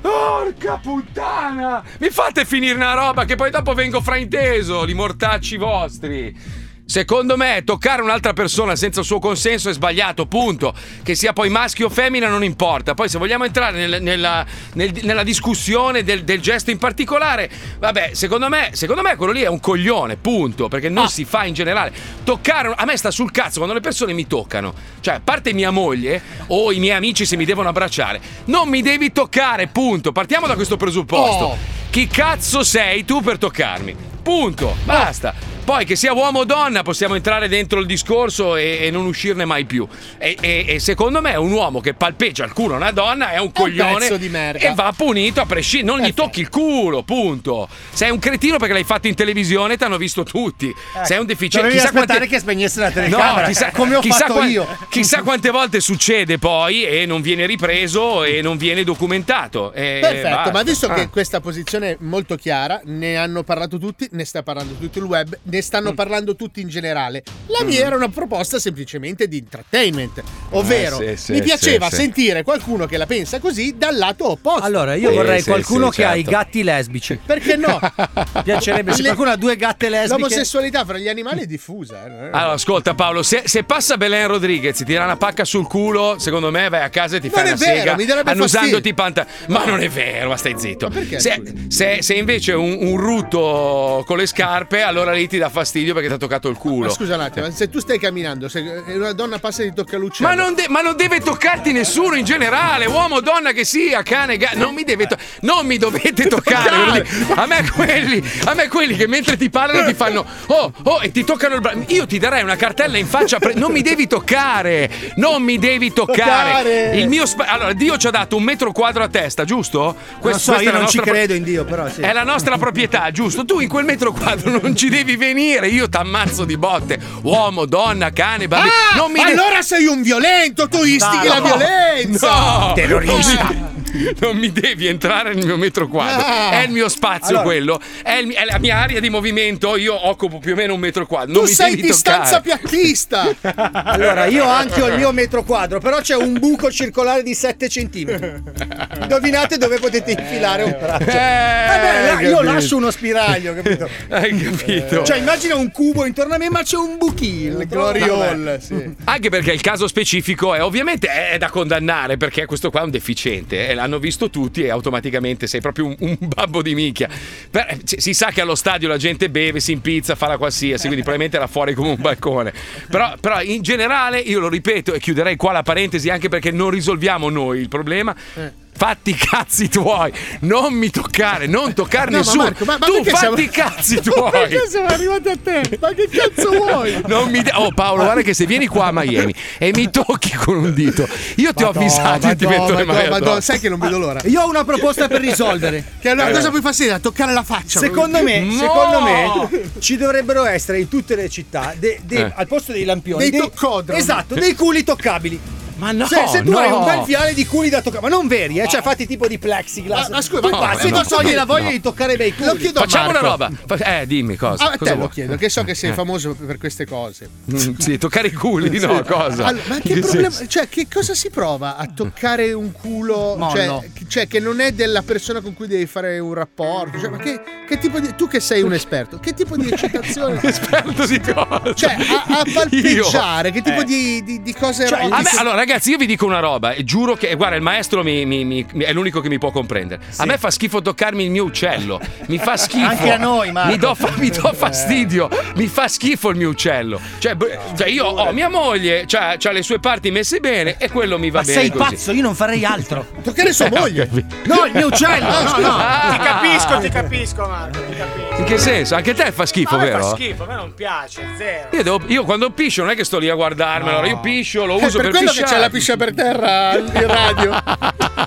Porca puttana! Mi fate finire una roba che poi dopo vengo frainteso, li mortacci vostri. Secondo me toccare un'altra persona senza il suo consenso è sbagliato, punto. Che sia poi maschio o femmina non importa. Poi se vogliamo entrare nel- nella, nel- nella discussione del, del gesto in particolare, vabbè, secondo me, secondo me quello lì è un coglione, punto. Perché non si fa in generale. Toccare, a me sta sul cazzo quando le persone mi toccano. Cioè, a parte mia moglie o i miei amici se mi devono abbracciare, non mi devi toccare, punto. Partiamo da questo presupposto.
Oh.
Chi cazzo sei tu per toccarmi? Punto, basta. Poi che sia uomo o donna possiamo entrare dentro il discorso e, e non uscirne mai più. E, e- e secondo me un uomo che palpeggia il culo a una donna è un coglione
pezzo di merda.
e va punito a prescindere. Non gli tocchi il culo, punto. Sei un cretino perché l'hai fatto in televisione e ti hanno visto tutti. Sei un deficiente.
Dovevi
Chissà
aspettare
quanti-
che spegnesse la telecamera.
No, chissà,
come ho
chissà
fatto
quan-
io.
Chissà quante volte succede poi e non viene ripreso e non viene documentato. E
Eh,
Eh,
Perfetto,
basta.
ma visto
Ah.
che questa posizione è molto chiara, ne hanno parlato tutti, ne sta parlando tutto il web, ne
Mm.
stanno parlando tutti in generale. La mia
Mm.
era una proposta semplicemente di entertainment, ovvero
Eh, sì, sì,
mi piaceva
sì, sì.
sentire qualcuno che la pensa così dal lato opposto.
Allora, io vorrei qualcuno che
certo.
ha i gatti lesbici.
Perché no?
Piacerebbe se
Le-
qualcuno ha due gatte lesbiche.
L'omosessualità fra gli animali è diffusa. eh, non è-
Allora, ascolta Paolo, se, se passa Belen Rodriguez e ti dà una pacca sul culo, secondo me vai a casa e ti
Non
fai
è
una
vero,
sega
mi darebbe
annusandoti
fastidio.
i pantaloni. Ma non è vero, ma stai zitto.
perché,
se, se- se invece un, un rutto con le scarpe, allora lì ti dà fastidio perché ti ha toccato il culo.
Ma scusa un attimo, se tu stai camminando se e una donna passa e ti tocca l'uccello.
Ma non, de- ma non deve toccarti nessuno in generale, uomo, donna che sia, cane, gatto, non mi, deve to- non mi dovete toccare. voglio dire. A me, quelli, a me quelli che mentre ti parlano ti fanno oh, oh e ti toccano il braccio. Io ti darei una cartella in faccia, pre- non mi devi toccare, non mi devi toccare.
Toccare.
Il mio spa- allora, Dio ci ha dato un metro quadro a testa, giusto?
Non
Questa
so,
questa
io
è la
non ci
nostra pro- Eh,
credo in Dio, però sì.
È la nostra proprietà, giusto? Tu in quel metro quadro non ci devi venire, io t'ammazzo di botte. Uomo, donna, cane, bambino.
Ah,
non mi de-
allora sei un violento, tu istighi la violenza.
No,
Terrorista.
Non mi, non mi devi entrare nel mio metro quadro.
Ah.
È il mio spazio
Allora.
quello. È, il mi- è la mia area di movimento. Io occupo più o meno un metro quadro.
Tu
non mi
sei
devi
di stanza
toccare.
piattista.
Allora, io anche ho il mio metro quadro, però c'è un buco circolare di 7 centimetri. Indovinate dove potete infilare
Eh,
un
Eh,
braccio. Vabbè, là- io
capito.
lascio uno spiraglio, capito?
Eh,
Hai capito?
Cioè, immagina un cubo intorno a me, ma c'è un buchino. Il
glory hole, sì.
Anche perché il caso specifico è ovviamente è da condannare perché questo qua è un deficiente e l'hanno visto tutti e automaticamente sei proprio un, un babbo di minchia. Per- si, si sa che allo stadio la gente beve, si impizza, fa la qualsiasi, quindi probabilmente era fuori come un balcone. Però, però in generale, io lo ripeto e chiuderei qua la parentesi anche perché non risolviamo noi il problema.
Eh.
Fatti i cazzi tuoi, non mi toccare, non toccare
No, ma
nessuno.
Marco, ma- ma
tu
perché
fatti
siamo-
i cazzi
Ma
tuoi.
Perché siamo arrivati a te? Ma che cazzo vuoi?
Non mi de- oh Paolo, guarda che se vieni qua a Miami e mi tocchi con un dito, io ti ho avvisato e ti metto le mani. addosso.
sai che non vedo l'ora.
Io ho una proposta per risolvere.
Che allora cosa puoi far sera? Toccare la faccia.
Secondo me,
Diciamo, No!
secondo me ci dovrebbero essere in tutte le città de- de-
Eh.
al posto dei lampioni
Dei toccodromi.
Esatto, dei culi toccabili.
Ma no,
se, se tu
no.
hai un bel viale di culi da toccare, ma non veri, eh, cioè fatti tipo di plexiglass.
Ma- ma scusa,
tu
ma-
passi
no,
e
no,
ti togli
no,
la voglia
no.
di toccare bei culi.
Lo chiedo a
Facciamo
Marco.
una roba. Fa- Eh, dimmi cosa.
Ah, a
cosa
te lo
vuoi?
chiedo, che so che sei
Eh.
famoso per queste cose.
Mm, Sì, toccare i culi, no,
Sì.
cosa?
Allora, ma che
Sì,
problema?
sì.
Cioè, che cosa si prova a toccare un culo?
Mollo.
Cioè, cioè, che non è della persona con cui devi fare un rapporto. Cioè, ma che, che tipo di. Tu che sei un esperto, che tipo di eccitazione?
esperto di cosa?
Cioè, a, a palpeggiare,
Io?
che tipo
Eh.
di, di, di cose
Cioè,
erotiche?
a me- allora, ragazzi, io vi dico una roba. e Giuro che, guarda, il maestro mi- mi- mi- mi- è l'unico che mi può comprendere. A me fa schifo toccarmi il mio uccello. Mi fa schifo.
Anche a noi, Marco.
Mi do, fa- mi do fastidio. Mi fa schifo il mio uccello. Cioè, br- cioè, io ho mia moglie, cioè, ha le sue parti messe bene e quello mi va
Ma
bene.
sei
così.
pazzo, io non farei altro.
Toccare sua moglie.
No, il mio uccello.
Ah,
No,
scusa.
no.
Ah.
Ti capisco, ti capisco, Marco. Ti capisco.
In che senso? Anche te fa schifo,
Ma a me
vero?
fa schifo, a me non piace, zero.
Io, devo- io quando piscio non è che sto lì a guardarmelo, allora io piscio, lo
Eh,
uso per,
per quello che
pisciare.
c'è la
la piscia per terra in radio.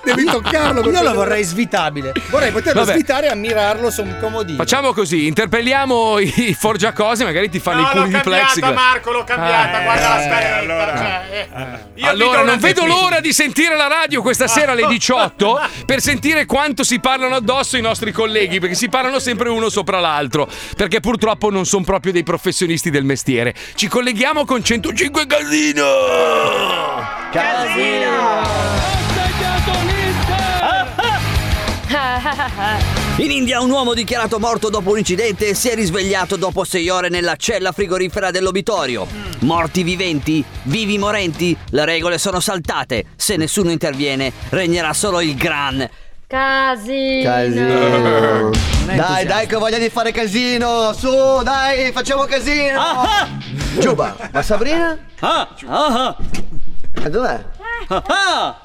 Devi toccarlo.
Io lo vorrei svitabile. Vorrei poterlo
Vabbè.
svitare e ammirarlo, sono comodino.
Facciamo così, interpelliamo i forgiacosi, magari ti fanno i
l'ho
culi di
cambiata
plexiglass.
Marco, l'ho cambiata, guarda la scaletta. cioè, eh. Io
allora,
vi do
non
una
vedo
tecnica.
l'ora di sentire la radio questa sera alle 18 per sentire quanto si parlano addosso i nostri colleghi, perché si parlano sempre uno sopra l'altro, perché purtroppo non sono proprio dei professionisti del mestiere. Ci colleghiamo con 105 Casino!
In India un uomo dichiarato morto dopo un incidente si è risvegliato dopo sei ore nella cella frigorifera dell'obitorio. Morti viventi, vivi morenti, le regole sono saltate. Se nessuno interviene, regnerà solo il gran.
Casino.
Casino.
Dai, dai, che ho voglia di fare casino. Su, dai, facciamo casino. Giuba, ma Sabrina? Ah, ah. Ma dov'è? Ah, ah.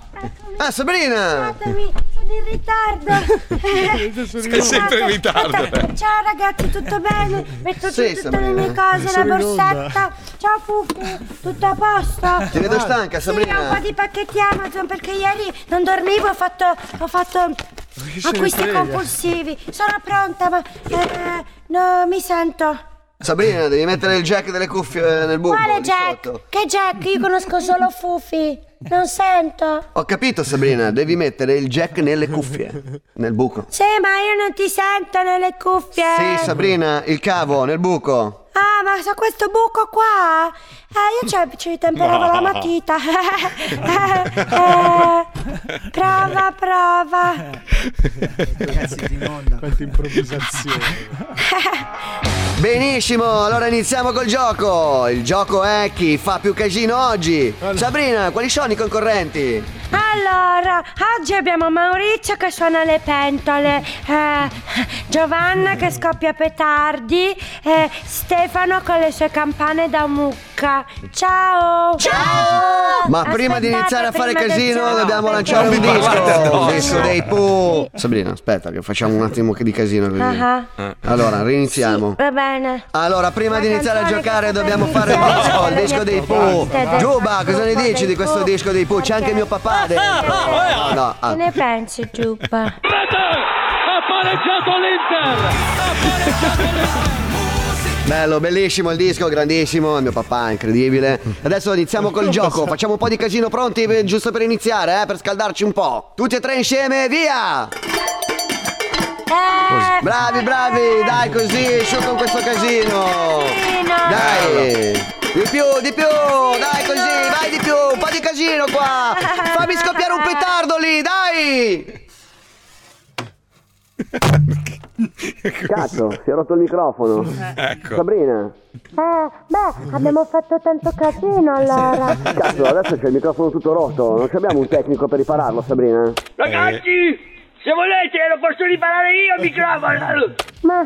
Sabrina.
Scusatemi, sono in ritardo.
Sei sempre in ritardo,
Aspetta,
eh.
Ciao ragazzi, tutto bene? Metto
Sì,
giù tutte
Sabrina.
le mie cose, la
Sono in onda.
borsetta. Ciao Fufu, tutto a posto? Ah.
Ti vedo stanca, Sabrina.
Sì, ho un po' di pacchetti Amazon perché ieri non dormivo, ho fatto, ho fatto
se ne
acquisti
frega?
compulsivi. Sono pronta, ma eh, no, mi sento.
Sabrina, devi mettere il jack delle cuffie eh, nel buco.
Quale
lì
Jack?
sotto.
Che Jack? Io conosco solo Fufi. Non sento.
Ho capito, Sabrina, devi mettere il jack nelle cuffie. Nel buco.
Sì, ma io non ti sento nelle cuffie.
Sì, Sabrina, il cavo nel buco.
Ah, ma so questo buco qua? Eh, io ci- ci temperavo
No.
la matita. Eh, eh, prova, prova.
Cazzi di nonna. Quanta improvvisazione. Benissimo, allora iniziamo col gioco. Il gioco è chi fa più casino oggi. Sabrina, quali sono i concorrenti?
Allora, oggi abbiamo Maurizio che suona le pentole, eh, Giovanna che scoppia petardi e Stefano con le sue campane da mucca. Ciao! Ciao!
Ma prima di iniziare a fare casino dobbiamo lanciare un
perché-
disco. disco.
addosso.
Un disco dei Pooh. Sabrina, aspetta, che facciamo un attimo che di casino così.
Ah
Allora, riniziamo.
Va bene.
Allora, prima di iniziare a giocare dobbiamo fare il
iniziare
disco, il
con le
disco dei
mie
Pooh.
proposte del
Giuba, cosa ne
gruppo
dici
dei
di questo
Pooh?
disco dei Pooh? C'è anche mio papà dentro. No, no,
Che
ah.
ne pensi, Giuppa?
Ha pareggiato l'Inter!
Bello, bellissimo il disco, grandissimo, mio papà, incredibile. Adesso iniziamo col gioco, facciamo un po' di casino pronti per- giusto per iniziare, eh, per scaldarci un po'. Tutti e tre insieme, via! Così. Bravi, bravi, dai così, su con questo casino. Dai! Di più, di più, dai così, vai di più, un po' di casino qua! Fammi scoppiare un petardo lì, dai! Cazzo, si è rotto il microfono.
Ecco.
Sabrina.
Eh, beh, abbiamo fatto tanto casino allora.
Cazzo, adesso c'è il microfono tutto rotto, non abbiamo un tecnico per ripararlo, Sabrina.
Eh.
Ragazzi, se volete lo posso riparare io il microfono.
Ma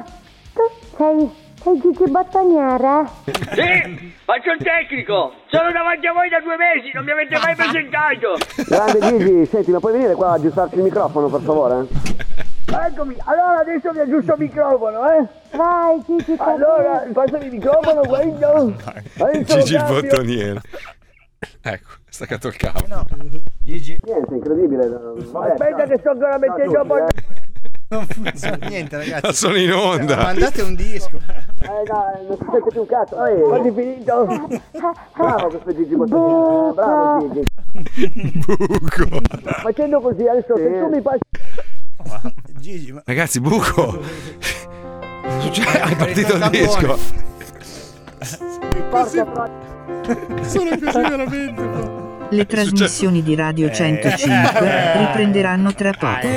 tu sei, sei Gigi Bottoniere?
Sì, faccio il tecnico. Sono davanti a voi da due mesi, non mi avete mai presentato.
Grande Gigi, senti, ma puoi venire qua a aggiustarci il microfono, per favore?
Eccomi, allora adesso vi aggiusto il microfono, eh?
Vai, Gigi.
Allora, passami il microfono, guarda. Adesso lo
Gigi il
cambio.
bottoniere. Ecco, è staccato il cavo.
Gigi. Niente, incredibile.
Aspetta che sto ancora
Ah,
mettendo un po' di...
Non funziona niente, ragazzi. Eh,
Ma sono in onda.
Mandate un disco.
Eh no, non si sente più un cazzo. Quasi finito.
Bravo questo Gigi Bottoniere, bravo Gigi.
Buco. Facendo così adesso, se tu mi passi...
Gigi, ma
Ragazzi, buco. Cioè, hai partito il disco.
Sono così veramente. ma-
Le trasmissioni di
Eh.
Radio 105 riprenderanno tra poco.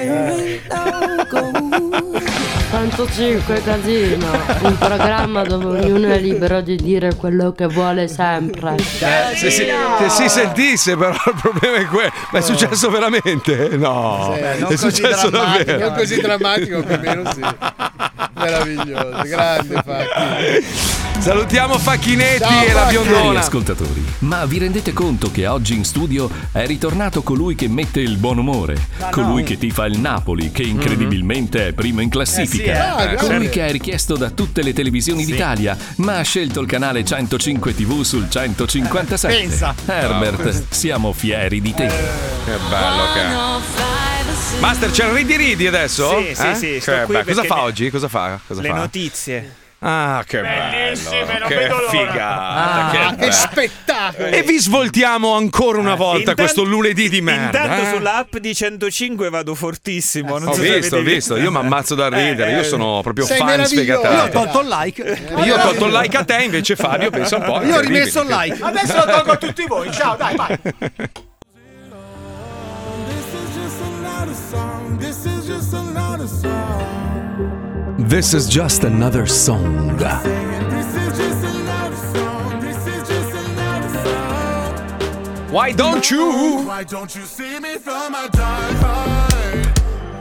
105 Casino, un programma dove ognuno è libero di dire quello che vuole sempre.
Eh, se, si, se si sentisse, però il problema è quello.
Eh.
Ma è successo veramente? No,
Sì, non
è
così
successo
drammatico,
davvero.
non così drammatico, più o meno sì. Meraviglioso, grande Fabio.
Salutiamo Facchinetti
Ciao,
e la
Facchi. Cari
biondona.
ascoltatori, ma vi rendete conto che oggi in studio è ritornato colui che mette il buon umore, colui che tifa il Napoli, che incredibilmente è primo in classifica,
Eh sì, eh. Ah,
colui
grande.
che è richiesto da tutte le televisioni
Sì.
d'Italia, ma ha scelto il canale 105 TV sul 157.
Pensa. Eh,
Herbert,
Bravo.
siamo fieri di te.
Che bello che Master, c'è il ridi ridi adesso? Eh?
Sì, sì, sì, sto
Che
qui
bello. Cosa
perché
fa
ne-
oggi? Cosa fa? Cosa
Le
fa?
notizie.
Ah, che
Bellissime,
bello.
non
che
vedo l'ora.
figata.
Ah,
che
che
bello.
spettacolo.
E vi svoltiamo ancora una volta
intanto-
questo lunedì di merda.
Intanto
eh?
sull'app di 105 vado fortissimo. Non
Ho
so se
visto, ho
avete
visto, io mi ammazzo da ridere,
Eh,
io sono proprio
sei
fan
meraviglioso.
sfegatato.
Io ho tolto
il like.
Io ho tolto il like a te, invece Fabio pensa Ah, un po'.
Io ho rimesso il like.
Adesso lo tolgo a tutti voi. Ciao, dai, vai.
This is just another song.
Why don't you?
Why don't you see me from a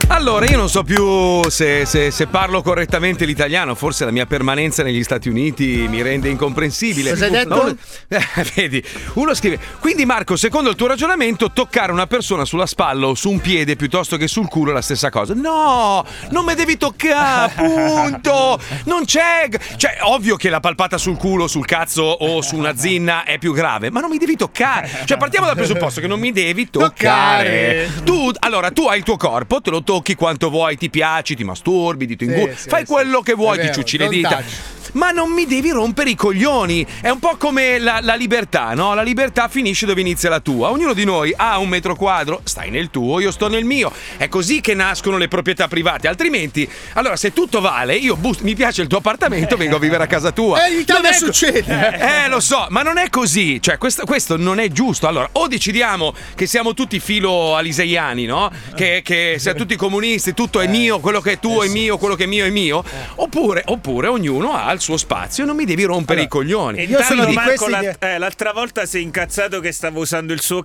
Allora, io non so più se, se- se parlo correttamente l'italiano, forse la mia permanenza negli Stati Uniti mi rende incomprensibile.
Cosa hai detto?
Ma uno- Eh, vedi, uno scrive: Quindi, Marco, secondo il tuo ragionamento, toccare una persona sulla spalla o su un piede piuttosto che sul culo è la stessa cosa. No, non mi devi toccare, punto. Non c'è. Cioè, ovvio che la palpata sul culo, sul cazzo o su una zinna è più grave, ma non mi devi toccare. Cioè, partiamo dal presupposto che non mi devi toccare.
Toccare.
Tu, allora, tu hai il tuo corpo, te lo tocchi quanto vuoi, ti piaci, ti masturbi, di tu in
Sì,
culo,
sì,
fai
sì.
quello che vuoi,
È vero,
ti ciucci le
don't
dita.
touch.
Ma non mi devi rompere i coglioni. È un po' come la, la libertà, no? La libertà finisce dove inizia la tua. Ognuno di noi ha un metro quadro, stai nel tuo, io sto nel mio. È così che nascono le proprietà private. Altrimenti, allora, se tutto vale, io bus- mi piace il tuo appartamento,
Eh.
vengo a vivere a casa tua.
Eh, in Italia
Non è
succede.
Eh, lo so, ma non è così. Cioè, questo, questo non è giusto. Allora, o decidiamo che siamo tutti filo aliseiani, no? Che, che siamo tutti comunisti, tutto
Eh,
è mio, quello che è tuo è mio, quello che è mio è mio. Oppure, oppure ognuno ha il suo spazio e non mi devi rompere i coglioni.
Intanto
Quindi-
Marco l'alt- eh, l'altra volta si è incazzato che stavo usando il suo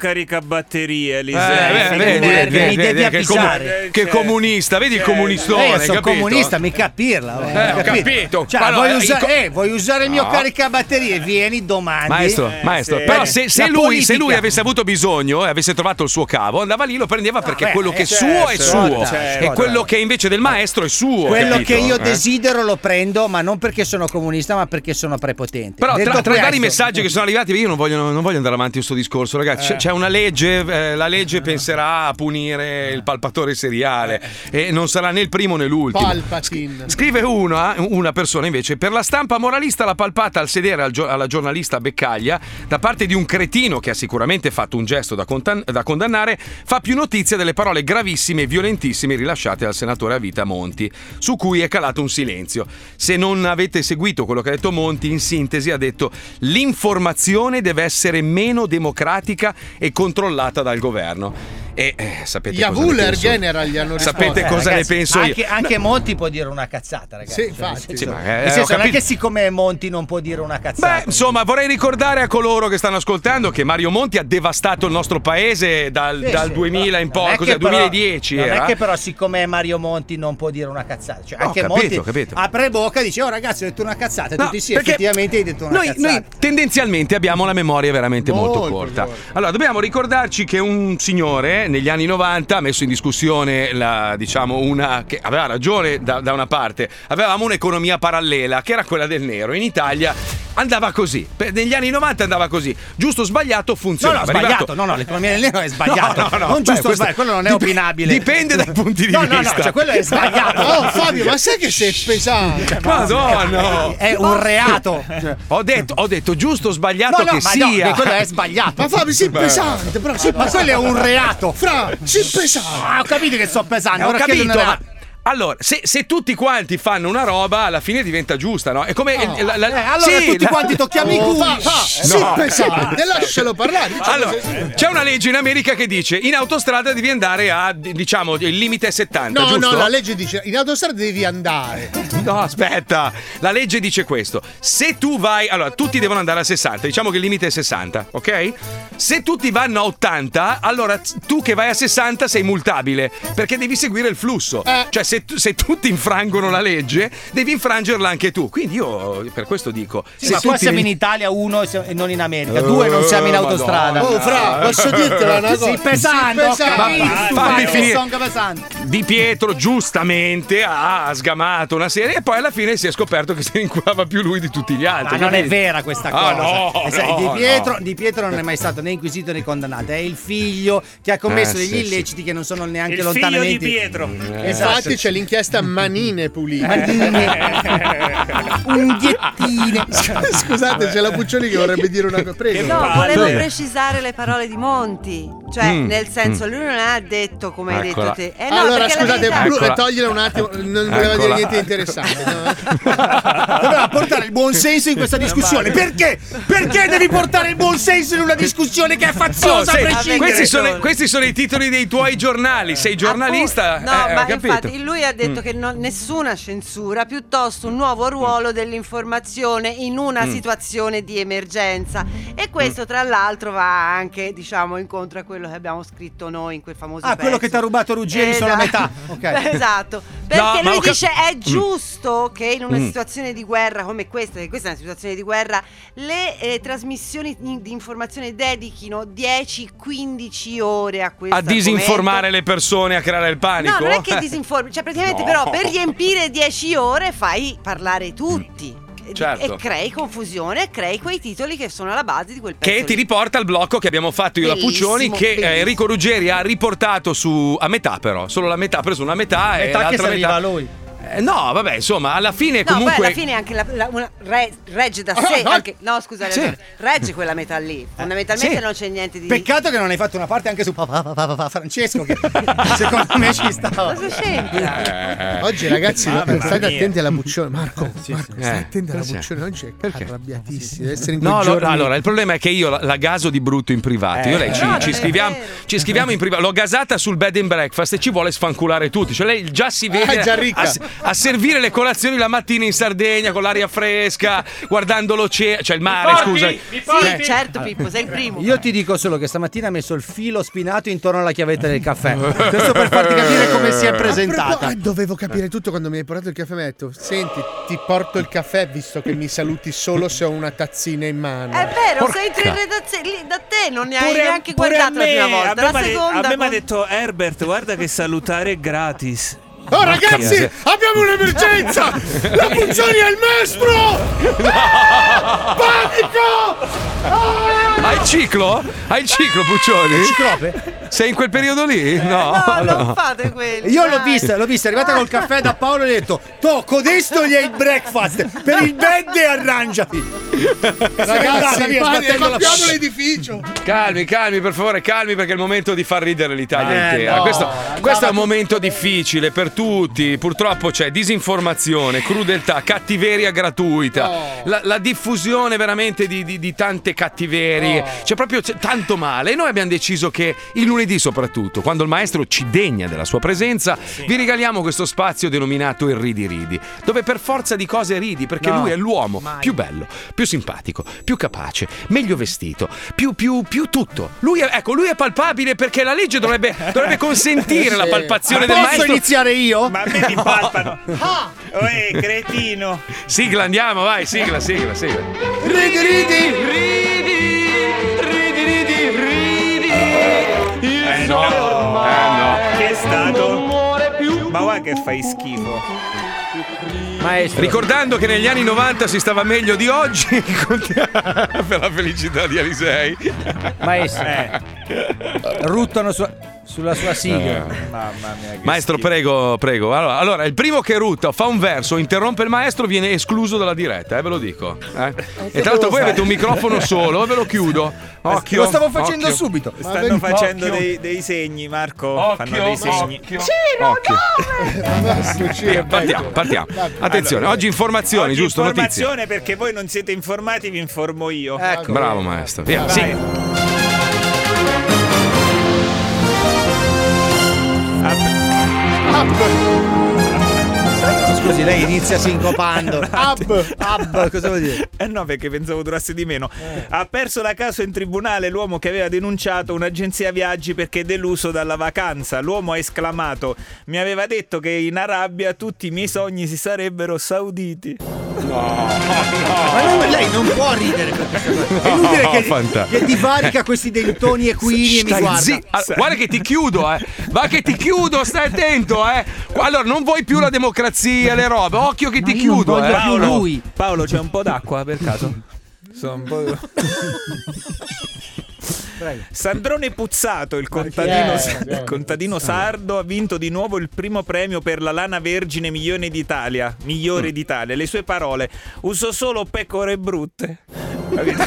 caricabatterie.
Eh, beh, vedi, vedi, vedi, vedi, che, comu-
Cioè,
che comunista, vedi il comunistone,
Eh, sono
capito?
comunista, mica pirla. oh,
Eh, ho capito.
Cioè,
Allora,
vuoi,
i
usa-
co-
eh, vuoi usare il mio
No.
caricabatterie? Vieni domani.
Maestro,
Eh,
maestro, però se, se
Eh, La
lui, se lui
politica.
avesse avuto bisogno e avesse trovato il suo cavo, andava lì, lo prendeva perché
beh,
quello che è
eh, certo,
suo è suo
certo.
e quello che invece del maestro è suo.
Quello
capito?
che io
Eh?
desidero lo prendo, ma non perché sono comunista, ma perché sono prepotente.
Però tra,
Detto
tra i vari
questo-
messaggi che sono arrivati, io non voglio, non voglio andare avanti con questo discorso, ragazzi. C'è, c'è una legge, eh, la legge penserà a punire il palpatore seriale
Eh.
e non sarà né il primo né l'ultimo.
Palpatine.
Scrive una, una persona invece, per la stampa moralista la palpata al sedere al gio- alla giornalista Beccaglia da parte di un cretino che ha sicuramente fatto un gesto da, contan- da condannare fa più notizia delle parole gravissime e violentissime rilasciate dal senatore a vita Monti, su cui è calato un silenzio. Se non avete seguito quello che ha detto Monti, in sintesi ha detto l'informazione deve essere meno democratica e controllata dal governo. E eh, sapete cosa ne
Yavuler
penso?
General gli hanno risposto.
Sapete cosa
Eh, Ragazzi,
ne penso io?
Anche, anche Monti può dire una cazzata, ragazzi.
Sì,
Sì,
infatti.
Cioè, nel senso-
ma, eh,
nel
ho
senso, non è
capito.
che siccome Monti non può dire una cazzata.
Beh, insomma, vorrei ricordare a coloro che stanno ascoltando che Mario Monti ha devastato il nostro paese dal,
Sì,
dal
sì,
2000 in
Non
poi,
è
cos'è,
che però-
2010
non
cioè, era.
è che però siccome Mario Monti non può dire una cazzata cioè
No,
anche
capito,
Monti
capito.
apre bocca e dice oh ragazzi ho detto una cazzata e
No,
tutti sì
perché
effettivamente hai detto una
Noi,
cazzata
noi tendenzialmente abbiamo la memoria veramente molto, corta. Allora, dobbiamo ricordarci che un signore negli anni 90 ha messo in discussione la, diciamo, una che aveva ragione da, da una parte. Avevamo un'economia parallela che era quella del nero. In Italia andava così. Per- negli anni 90 andava così. Giusto o sbagliato
No,
funzionava.
no,
Arrivato-
sbagliato. No, no, l'economia del nero è sbagliata.
No, no, no.
non
Beh,
giusto
questo-
sbagliato, quello non è
dip-
opinabile.
dipende dai punti di
no, No, no,
vista. Cioè,
cioè quello è sbagliato.
Oh, Fabio, ma sai che sei pesante?
Madonna!
È un reato.
Ho detto, ho detto giusto o sbagliato
No, no,
che
ma no,
sia.
che quello è sbagliato.
Ma Fabio, sei
Beh.
pesante, però sei
Ma quello è un reato.
Fra, sei
Eh,
pesante.
Ah, ho capito che sto pesando.
Eh, ho
ora chiedo
capito,
una-
ma- Allora, se, se tutti quanti fanno una roba, alla fine diventa giusta, no? È come. eh, la- la-
Eh, allora
sì,
tutti
la-
quanti tocchiamo i
Oh,
culi.
fa- fa.
Sei pesante, lascialo parlare. diciamo
Allora,
sei-
c'è una legge in America che dice in autostrada devi andare a, d- diciamo, il limite è 70,
No,
giusto?
no, la legge dice in autostrada devi andare.
No, aspetta, la legge dice questo: se tu vai, allora tutti devono andare a 60, diciamo che il limite è 60, ok? Se tutti vanno a
Eh.
80, allora t- tu che vai a 60 sei multabile perché devi seguire il flusso. Cioè, se, tu- se tutti infrangono la legge, devi infrangerla anche tu. Quindi io per questo dico:
Sì,
se
ma qua
tutti-
siamo in Italia uno se- e non in America, due non siamo in
Eh,
autostrada.
Madonna. Oh, Fra, posso dirtela una cosa?
Sì, pesante,
Sì,
ho
pesante.
capito,
Ma-
tu
fammi
fai che
finire.
son pesante.
Di Pietro giustamente ha sgamato una serie e poi alla fine si è scoperto che si rinquava più lui di tutti gli altri.
Ma non è
Quindi-
vera questa cosa.
Ah, no,
Eh, sai,
no,
di,
no.
Pietro, di Pietro non è mai stato né inquisito né condannato. È il figlio che ha commesso
Eh,
degli
sì,
illeciti che non sono neanche
Il
lontanamente.
figlio di Pietro. Eh,
Esatto.
Infatti
c'è l'inchiesta Manine Pulite.
Eh.
Eh.
Unghiettine.
Scusate, c'è la Puccioli che vorrebbe dire una cosa. Prego.
No, volevo
Sì.
precisare le parole di Monti. Cioè,
Mm,
nel senso,
mm.
lui non ha detto come hai
Eccola.
detto te. Eh, no,
allora,
perché la
scusate,
verità-
blu- togliela un attimo, non voleva dire
Eccola.
niente di interessante. no?
Ecco.
Doveva portare il buon senso in
Eh,
questa discussione. Perché? Perché devi portare il buon senso in una discussione che è
Oh,
faziosa a
senti,
prescindere?
questi, sono, questi sono i titoli dei tuoi giornali. Sei giornalista?
Eh. Ah, No,
Eh, ho
ma
capito.
infatti lui ha detto
Mm.
che non- nessuna censura, piuttosto un nuovo ruolo
Mm.
dell'informazione in una
Mm.
situazione di emergenza. E
Mm.
questo, tra l'altro, va anche, diciamo, incontro a quello che abbiamo scritto noi in quel famoso
Ah, quello
pezzo.
che ti ha rubato Ruggeri
Esatto.
sono a metà. Ok.
Esatto,
No, ma
perché lui
ho cap-
dice è
Mm.
giusto che in una
Mm.
situazione di guerra come questa, che questa è una situazione di guerra, le eh, trasmissioni in- di informazione dedichino 10-15 ore a questo
A disinformare le persone, a creare il panico? Eh,
No, non è che disinformi, cioè praticamente
No.
però per riempire 10 ore fai parlare tutti E-
Certo.
e crei confusione, e crei quei titoli che sono alla base di quel pezzo.
Che ti riporta al blocco che abbiamo fatto io e la
Bellissimo,
Puccioni, che eh,
bellissimo.
Enrico Ruggeri ha riportato su a metà, però. Solo la metà, ha preso una metà, e
Metà che
l'altra
serviva
metà.
a lui.
Eh, no, vabbè, insomma, alla fine
No,
comunque.
poi alla fine anche la, la- una re- regge da sé,
no.
anche- no scusa,
Sì.
regge- regge quella metà lì, fondamentalmente
Sì.
non c'è niente di...
Peccato che non hai fatto una parte anche su Papa, Papa, Papa Francesco, che secondo me ci stava.
Cosa
Eh,
c'entra?
Oggi, ragazzi,
Mamma
state
mia.
attenti alla Puccioni. Marco, Marco, stai
Eh,
attenti alla
perché?
Puccioni. Oggi è arrabbiatissimo. Deve essere in
No,
quei
lo-
giorni-
allora il problema è che io la, la gaso di brutto in privato. Io lei ci,
Eh. No, non
ci
è
scriviamo, ci scriviamo in privato. L'ho gasata sul bed and breakfast e ci vuole sfanculare tutti. Cioè, lei già si vede
Ah, già ricca.
a, a servire le colazioni la mattina in Sardegna con l'aria fresca, guardando l'oceano, cioè il mare, scusa. eh,
Sì, certo Pippo, sei il primo.
Io ti dico solo che stamattina ha messo il filo spinato intorno alla chiavetta del caffè. Questo per farti capire come si è
A propos-
presentata.
ah,
eh,
dovevo capire tutto quando mi hai portato il caffè. Mi hai detto: Senti, ti porto il caffè visto che mi saluti solo se ho una tazzina in mano.
È vero,
Porca.
sei tre redazioni lì da te, non ne hai
Pure-
neanche
pure
guardato la
a me,
prima
Eh, a
volta,
me
la
m'ha de-
seconda.
a me mi ha
con-
detto Herbert, guarda che salutare è gratis.
Oh ragazzi, abbiamo un'emergenza! La Puccioni è il maestro!
Ah!
Panico! Ah!
Hai il ciclo? Hai il ciclo, Puccioli? Sei in quel periodo lì? No, no.
fate quello.
Io l'ho vista, l'ho vista, è arrivata col caffè da Paolo e gli ho detto: To, codesto gli hai il breakfast per il bed e arrangiati.
Ragazzi,
Andata via,
pare-
sbattendo la-
evacuiamo l'edificio!
Calmi, calmi, per favore, calmi, perché è il momento di far ridere l'Italia
Eh,
intera.
no.
questo,
Andava
questo è un
tutto
momento difficile per tutti. Purtroppo c'è disinformazione, crudeltà, cattiveria gratuita,
Oh.
la, la diffusione veramente di, di- di tante cattiverie.
Oh.
C'è proprio c'è tanto male. E noi abbiamo deciso che il lunedì, soprattutto, quando il maestro ci degna della sua presenza, vi regaliamo questo spazio denominato il Ridi Ridi, dove per forza di cose ridi, perché
No.
lui è l'uomo
Mai.
più bello, più simpatico, più capace, meglio vestito, più, più, più tutto. Lui è, ecco, lui è palpabile perché la legge dovrebbe, dovrebbe consentire la
Sì.
palpazione
Ma
del
Posso
maestro.
iniziare io?
Ma a me mi palpano.
Eh,
Uè, cretino.
Sigla, andiamo, vai, sigla, sigla, sigla.
Ridi, ridi,
ridi, ridi, ridi,
ridi.
Eh no,
eh no. Che è stato? Ma guarda che fai schifo.
Maestro.
Ricordando che negli anni 90 si stava meglio di oggi, contiamo- per la felicità di Alisei.
Maestro.
Eh.
Ruttano su- sulla sua sigla.
Eh.
Mamma mia.
Maestro, prego, prego. Allora, allora, il primo che rutta fa un verso, interrompe il maestro, viene escluso dalla diretta, eh, ve lo dico. eh. E tra l'altro voi avete un microfono solo, ve lo chiudo. Occhio.
Eh, Lo stavo facendo
occhio.
subito. Stanno facendo dei, dei segni, Marco. Fanno dei segni.
Occhio.
Ciro,
partiamo, partiamo. Attenzione, oggi informazioni,
Oggi
giusto? Notizie.
Informazione perché voi non siete informati, vi informo io.
Ecco. Bravo maestro. Via,
Vai.
sì.
Up.
scusi, lei inizia sincopando.
Ab,
ab, cosa vuol dire? Eh.
Eh no, perché pensavo durasse di meno. Ha perso la caso in tribunale l'uomo che aveva denunciato un'agenzia viaggi perché deluso dalla vacanza. L'uomo ha esclamato: Mi aveva detto che in Arabia tutti i miei sogni si sarebbero sauditi.
Ma non- lei non può ridere per questa cosa. È inutile che,
fanta-
che divarica questi dentoni e quini e mi
Stai
guarda.
zi- Ah, guarda che ti chiudo, eh. Va che ti chiudo, stai attento, eh. Allora, non vuoi più la democrazia, le robe. Occhio che ti chiudo, eh.
Paolo, Paolo, c'è un po' d'acqua per caso? Sono un po'. Sandrone Puzzato, il contadino,
chi è?
il contadino sardo, ha vinto di nuovo il primo premio per la lana vergine milione d'Italia. Migliore
Mm.
d'Italia. Le sue parole: uso solo pecore brutte. Capito?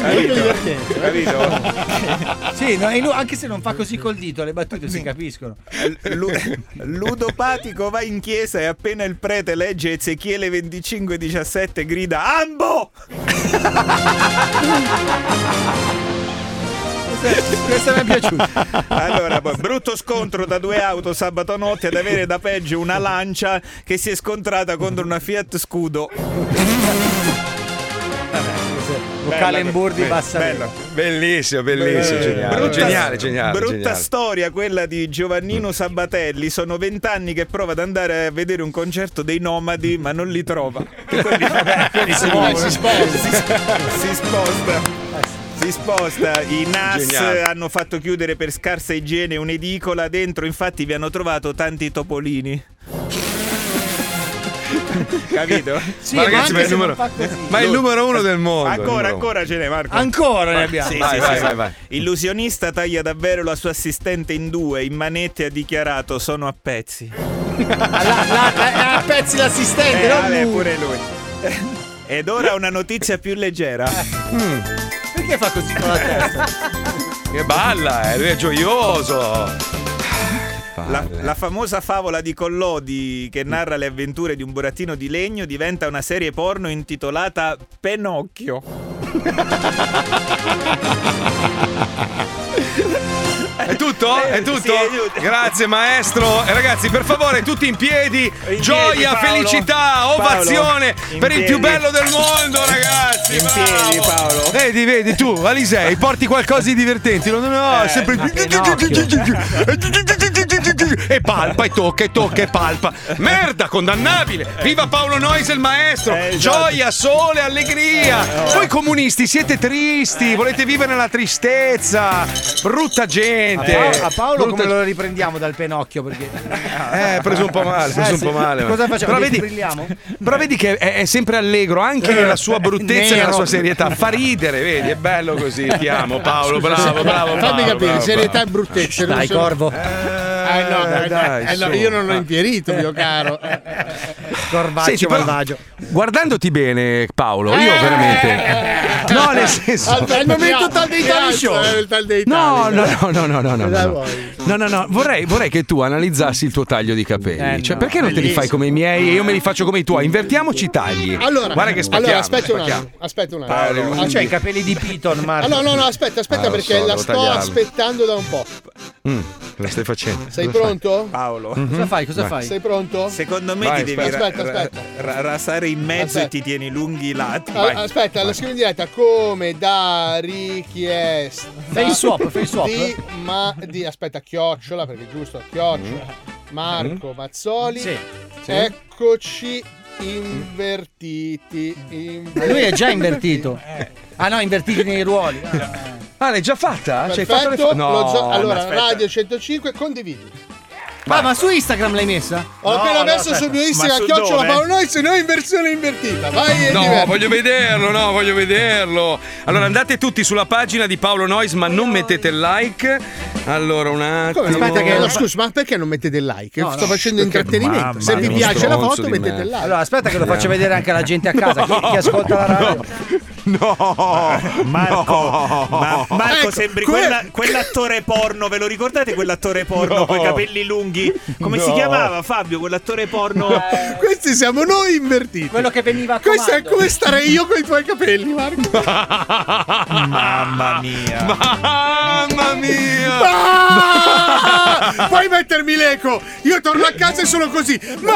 molto
divertente. Capito?
Sì, no, è lu- anche se non fa così col dito, le battute si capiscono.
Lu- ludopatico va in chiesa e appena il prete legge Ezechiele 25:17 grida Ambo! Questa mi è piaciuta. Allora, poi, brutto scontro da due auto sabato notte ad avere da peggio una lancia che si è scontrata contro una Fiat Scudo.
Calemburdi bassa
bello.
Bellissimo, bellissimo, geniale.
Eh, Brutta-
geniale, geniale.
Brutta
geniale.
storia quella di Giovannino Sabatelli. Sono vent'anni che prova ad andare a vedere un concerto dei Nomadi, ma non li trova. Che quelli- quelli si muovono.
si sposta.
Si sp- si sposta. Si sposta, i NAS
Geniale.
hanno fatto chiudere per scarsa igiene un'edicola, dentro infatti vi hanno trovato tanti topolini. Capito?
Sì, Ma ma ragazzi, anche ma il se numero- non fa così. ma è il numero uno del mondo, il
Ancora,
numero uno.
ancora ce n'è Marco.
Ancora ne
Ah,
abbiamo.
sì,
Vai,
sì,
vai,
sì,
vai,
sì.
vai.
Illusionista taglia davvero la sua assistente in due. In manetti ha dichiarato: Sono a pezzi.
A pezzi l'assistente,
Eh,
non
vabbè,
lui.
pure lui. Ed ora una notizia più leggera.
Perché fa così con la testa?
Che balla, eh, lui è gioioso. Ah,
La, la famosa favola di Collodi che narra le avventure di un burattino di legno diventa una serie porno intitolata Penocchio.
È tutto? È tutto? Grazie maestro. E ragazzi, per favore, tutti in piedi.
piedi,
Gioia,
Paolo.
felicità,
Paolo,
ovazione
in
per il più
piedi.
bello del mondo, ragazzi.
In
bravo.
piedi, Paolo.
Vedi, vedi tu, Alisei, porti qualcosa di divertente. No, no,
Eh,
no, sempre E palpa, e tocca, e tocca, e palpa. Merda, condannabile.
Eh.
Viva Paolo Nois, il maestro.
esatto.
Gioia, sole, allegria. Voi comunisti siete tristi, volete vivere nella tristezza. Brutta
A,
gente.
Pa- Eh. a Paolo
Brutta
come lo riprendiamo dal penocchio? Perché...
eh, preso un po' male, preso
Eh,
un
sì.
po' male.
Cosa facciamo?
Però vedi,
Brilliamo?
però vedi che è, è sempre allegro, anche nella sua bruttezza e nella
Nero.
sua serietà. Fa ridere, vedi, è bello così. Ti amo, Paolo,
Scusa,
bravo,
se-
bravo.
Fammi
Paolo,
capire,
bravo,
serietà
bravo.
e bruttezza.
Dai,
sono-
Corvo.
Eh, no,
Eh,
eh,
dai,
eh, no,
su.
io non l'ho impierito, mio caro.
Senti, però, Guardandoti bene, Paolo, io veramente. No, nel senso.
Al, al momento tal dei tali show.
eh, No, no, no, no, no, no, no, no. No, no, no, vorrei, vorrei che tu analizzassi il tuo taglio di capelli.
Eh,
cioè,
no.
perché non te li
Bellissimo.
fai come i miei e io me li faccio come i tuoi? Invertiamoci i tagli.
Allora,
Guarda che spacchiamo.
allora aspetta un
spacchiamo.
attimo, aspetta un attimo.
Paolo,
Ah,
lunghi.
cioè,
I capelli di Piton, Marco.
Ah, no, no, no, aspetta,
Ah,
aspetta,
lo
perché
so,
la
devo
sto
tagliarlo.
aspettando da un po'.
Mm, la stai facendo.
Sei
Cosa fai?
pronto?
Paolo.
Mhm. Cosa fai, cosa Vai. fai?
Sei pronto?
Secondo me
Vai,
ti devi
aspetta,
ra-
aspetta,
ra- ra- rasare in mezzo e ti tieni lunghi i lati.
Ah,
Vai.
aspetta, la scrivo in diretta come da richiesta.
Fai swap, fai swap.
Di, ma, di, aspetta, chiocciola, perché è giusto, chiocciola. Marco Mazzoli.
Sì. Sì.
Eccoci invertiti. invertiti.
Lui è già invertito. Ah no, invertiti nei ruoli.
Ah, l'hai già fatta?
Perfetto,
C'hai Cioè, fatto le fo-
lo zo- allora,
aspetta.
Radio 105, condividi.
Ah, ma su Instagram l'hai messa?
Ho appena messo sul mio Instagram chiocciola Paolo Noi, se no in versione invertita. Vai e
No,
divertiti.
voglio vederlo, no, voglio vederlo. Allora andate tutti sulla pagina di Paolo Nois, ma non mettete il like. Allora un attimo.
Come aspetta che no, scusa, ma perché non mettete il like?
No,
Sto
no.
facendo
Perché-
intrattenimento.
mamma
Se vi
mia,
piace la
stronzo
foto
di
mettete il
merda.
like.
Allora, aspetta che lo faccio vedere anche alla gente a casa. Chi, chi ascolta la radio?
No,
Marco, Ma- Marco
Ecco,
sembri
que-
quella- quell'attore porno, ve lo ricordate quell'attore porno
No.
con i capelli lunghi? Come si
No.
chiamava Fabio? Quell'attore porno.
Questi siamo noi invertiti. Quello che veniva a Questo è come starei io con i tuoi capelli, Marco.
Mamma mia.
Mamma mia!
Ma- Puoi mettermi l'eco? Io torno a casa e sono così. Ma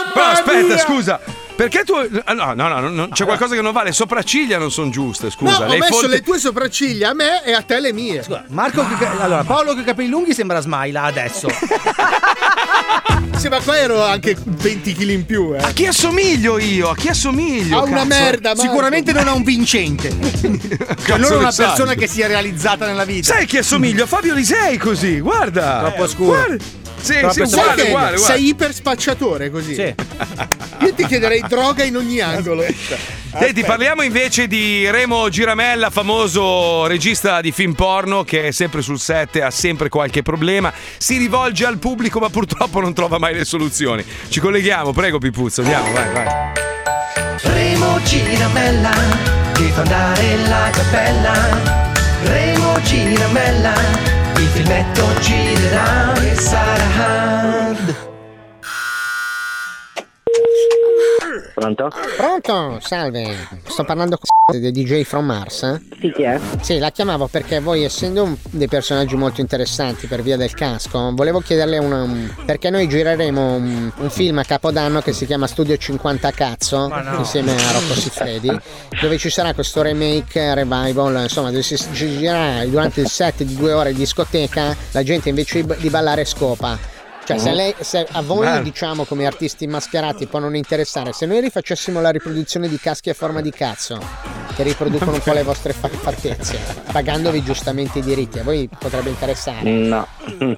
Ah,
Però aspetta, scusa. Perché tu. ah, No, no, no, no, no, c'è qualcosa che non vale. Sopracciglia non sono giuste, scusa.
No, ho
Le
messo
fonti-
le tue sopracciglia a me e a te le mie.
Marco, che ca- allora, Paolo con i capelli lunghi sembra Smaila adesso.
Sì, ma qua ero anche 20 kg in più, eh.
A chi assomiglio io? A chi assomiglio?
A una
cazzo?
merda, Marco.
Sicuramente non a un vincente.
Cazzo
non a
ne
una
sai.
persona che sia realizzata nella vita.
Sai chi assomiglio? A Fabio Lisei così, guarda.
Troppo scuro.
Eh, Guarda. Sì,
Proprio
sì,
sai
uguale,
che
uguale, uguale.
Sei iper spacciatore così. Io ti chiederei droga in ogni angolo.
Senti, parliamo invece di Remo Giramella, famoso regista di film porno che è sempre sul set, ha sempre qualche problema, si rivolge al pubblico ma purtroppo non trova mai le soluzioni. Ci colleghiamo, prego Pipuzzo, andiamo, vai, vai.
Remo Giramella, ti fa andare la cappella. Remo Giramella, il filmetto girerà e sarà hard.
Pronto?
Pronto, salve. Sto parlando con di DJ From Mars. eh?
Sì, chi è?
Sì, la chiamavo perché voi essendo un- dei personaggi molto interessanti per via del casco, volevo chiederle una, un- perché noi gireremo un, un film a Capodanno che si chiama Studio 50 Cazzo
Ma no.
insieme a Rocco Siffredi, dove ci sarà questo remake revival, insomma, dove si si girerà durante il set di due ore di discoteca, la gente invece di- di ballare scopa. Cioè,
Mm.
Mhm.
se, lei, se a voi,
Bello.
diciamo, come artisti mascherati può non interessare, se noi rifacessimo la riproduzione di caschi a forma di cazzo, che riproducono un po' le vostre fa- fattezze, pagandovi giustamente i diritti, a voi potrebbe interessare.
Mm.
No,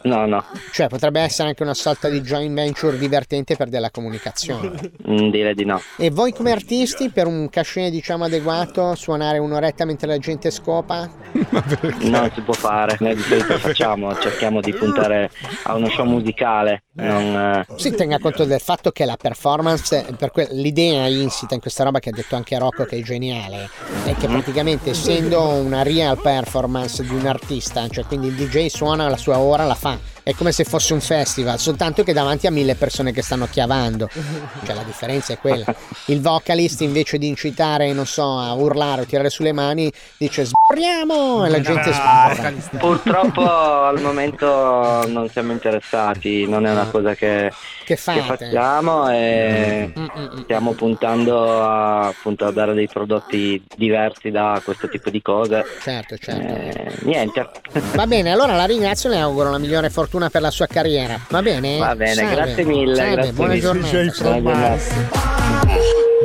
no, no.
Cioè, potrebbe essere anche una sorta di joint venture divertente per della comunicazione.
Mm, Direi di no.
E voi come artisti, per un cachet, diciamo, adeguato, suonare un'oretta mentre la gente scopa?
Non si può fare. Noi di solito facciamo, cerchiamo di puntare a uno show musicale. Non, eh,
Si tenga conto del fatto che la performance, per que- l'idea insita in questa roba che ha detto anche Rocco che è geniale, è che praticamente essendo una real performance di un artista, cioè quindi il DJ suona la sua ora, la fa, è come se fosse un festival, soltanto che davanti a mille persone che stanno chiavando, cioè la differenza è quella. Il vocalist invece di incitare, non so, a urlare o tirare sulle mani, dice sborriamo e la gente sborra.
Purtroppo al momento non siamo interessati, non è una cosa che,
Che fate?
facciamo e stiamo puntando a, appunto a dare dei prodotti diversi da questo tipo di cose.
Certo, certo.
Eh, niente.
Va bene, allora la ringrazio e le auguro la migliore fortuna per la sua carriera. Va bene?
Va bene,
Salve.
grazie mille.
Salve,
grazie
buona
mille.
giornata.
Buona giornata.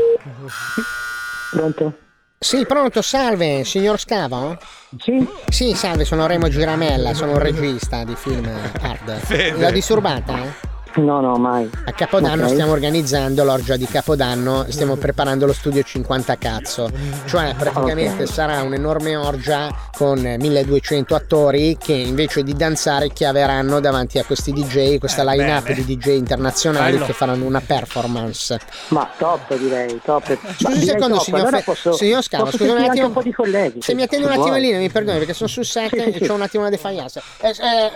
Pronto? Sì, pronto, salve, signor Scavo? Sì. Sì, salve, sono Remo Giramella, sono un regista di film hard.
Fede.
L'ho disturbata?
No, no, mai.
A Capodanno
Ok. Mm.
stiamo organizzando l'orgia di Capodanno, stiamo preparando lo studio 50 cazzo, cioè praticamente
Ok.
sarà un'enorme orgia con 1200 attori che invece di danzare chiaveranno davanti a questi DJ, questa line up di DJ internazionali
Eh, Bello.
che faranno una performance.
Ma top direi, top.
Eh, Scusi un
Direi
secondo,
top,
signor,
allora
Fe-
posso-
signor Scavo,
posso
scusi un
sentire anche
attimo.
un po' di colleghi.
Se mi attende un
Se
attimo in
vuoi.
linea, mi perdoni perché sono sul set
Sì, sì,
e
sì.
ho un attimo una defiance. Eh, eh,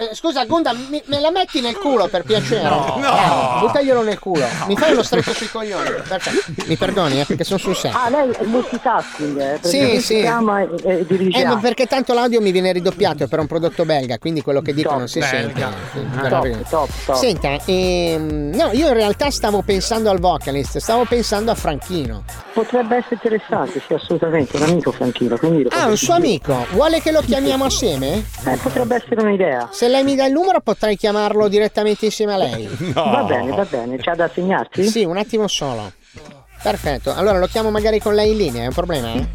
eh, scusa, Gonda, mi- me la metti nel culo per piacere?
No.
Eh,
No.
buttaglielo nel culo. Mi fai lo stretto sui coglioni. Perfetto. Mi perdoni, eh, perché sono sul set.
Ah, lei è multitasking, eh, perché
Sì,
si
sì.
chiama e, e dirige.
Eh, ma
altro.
perché tanto l'audio mi viene ridoppiato è per un prodotto belga, quindi quello che dico non si sente.
belga. Ah,
Eh,
Top,
per-
top, top.
Senta, ehm, no, io in realtà stavo pensando al vocalist, stavo pensando a Franchino.
Potrebbe essere interessante, sì, assolutamente, un amico Franchino, quindi lo
Ah, un suo amico. Vuole che lo chiamiamo assieme?
Eh, potrebbe essere un'idea.
Se lei mi dà il numero potrei chiamarlo direttamente insieme a lei.
No. Va bene, va bene, c'ha da segnarsi?
Sì, un attimo solo. Perfetto, allora lo chiamo magari con lei in linea, è un problema? eh?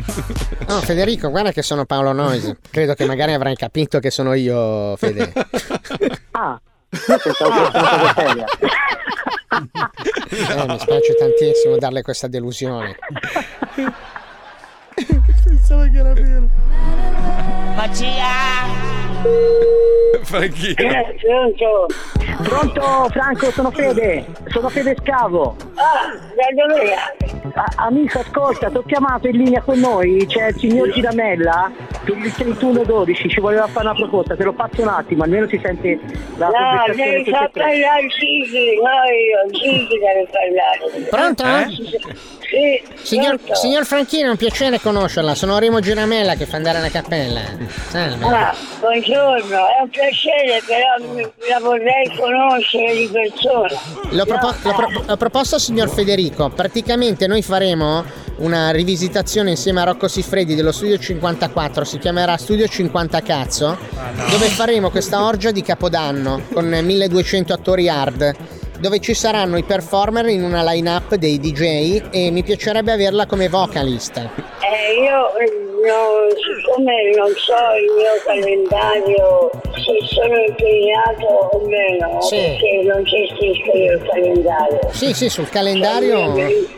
No, Federico, guarda che sono Paolo Noise. Credo che magari avrai capito che sono io, Fede.
Ah, io pensavo che fosse una cosa seria.
Eh, mi spiace tantissimo darle questa delusione.
Pensavo che era vero. Magia!
Eh,
Eh, Franco. Pronto Franco, sono Fede, sono Fede Scavo.
Ah, Amico, ascolta, ti ho chiamato in linea con noi, c'è il signor Giramella per il 31-12, ci voleva fare una proposta, te l'ho fatto un attimo, almeno si sente la No, conversazione devi tutte e far tre. parlare il Gigi, no io, Gigi deve parlare.
Pronto?
Sì,
Signor,
pronto.
signor Franchino, è un piacere conoscerla. Sono Remo Giramella che fa andare alla cappella.
Ah,
Salve.
buongiorno, è un piacere però mi- la vorrei conoscere di persona.
L'ho, propo- l'ho pro- l'ho proposto al signor Federico. Praticamente noi faremo una rivisitazione insieme a Rocco Siffredi dello Studio 54. Si chiamerà Studio 50 Cazzo. Dove faremo questa orgia di Capodanno con 1200 attori hard. Dove ci saranno i performer in una line-up dei DJ e mi piacerebbe averla come vocalist.
Eh, io eh, no, siccome non so il mio calendario se sono impegnato o meno, perché non gestisco io il calendario.
Sì, sì, sul calendario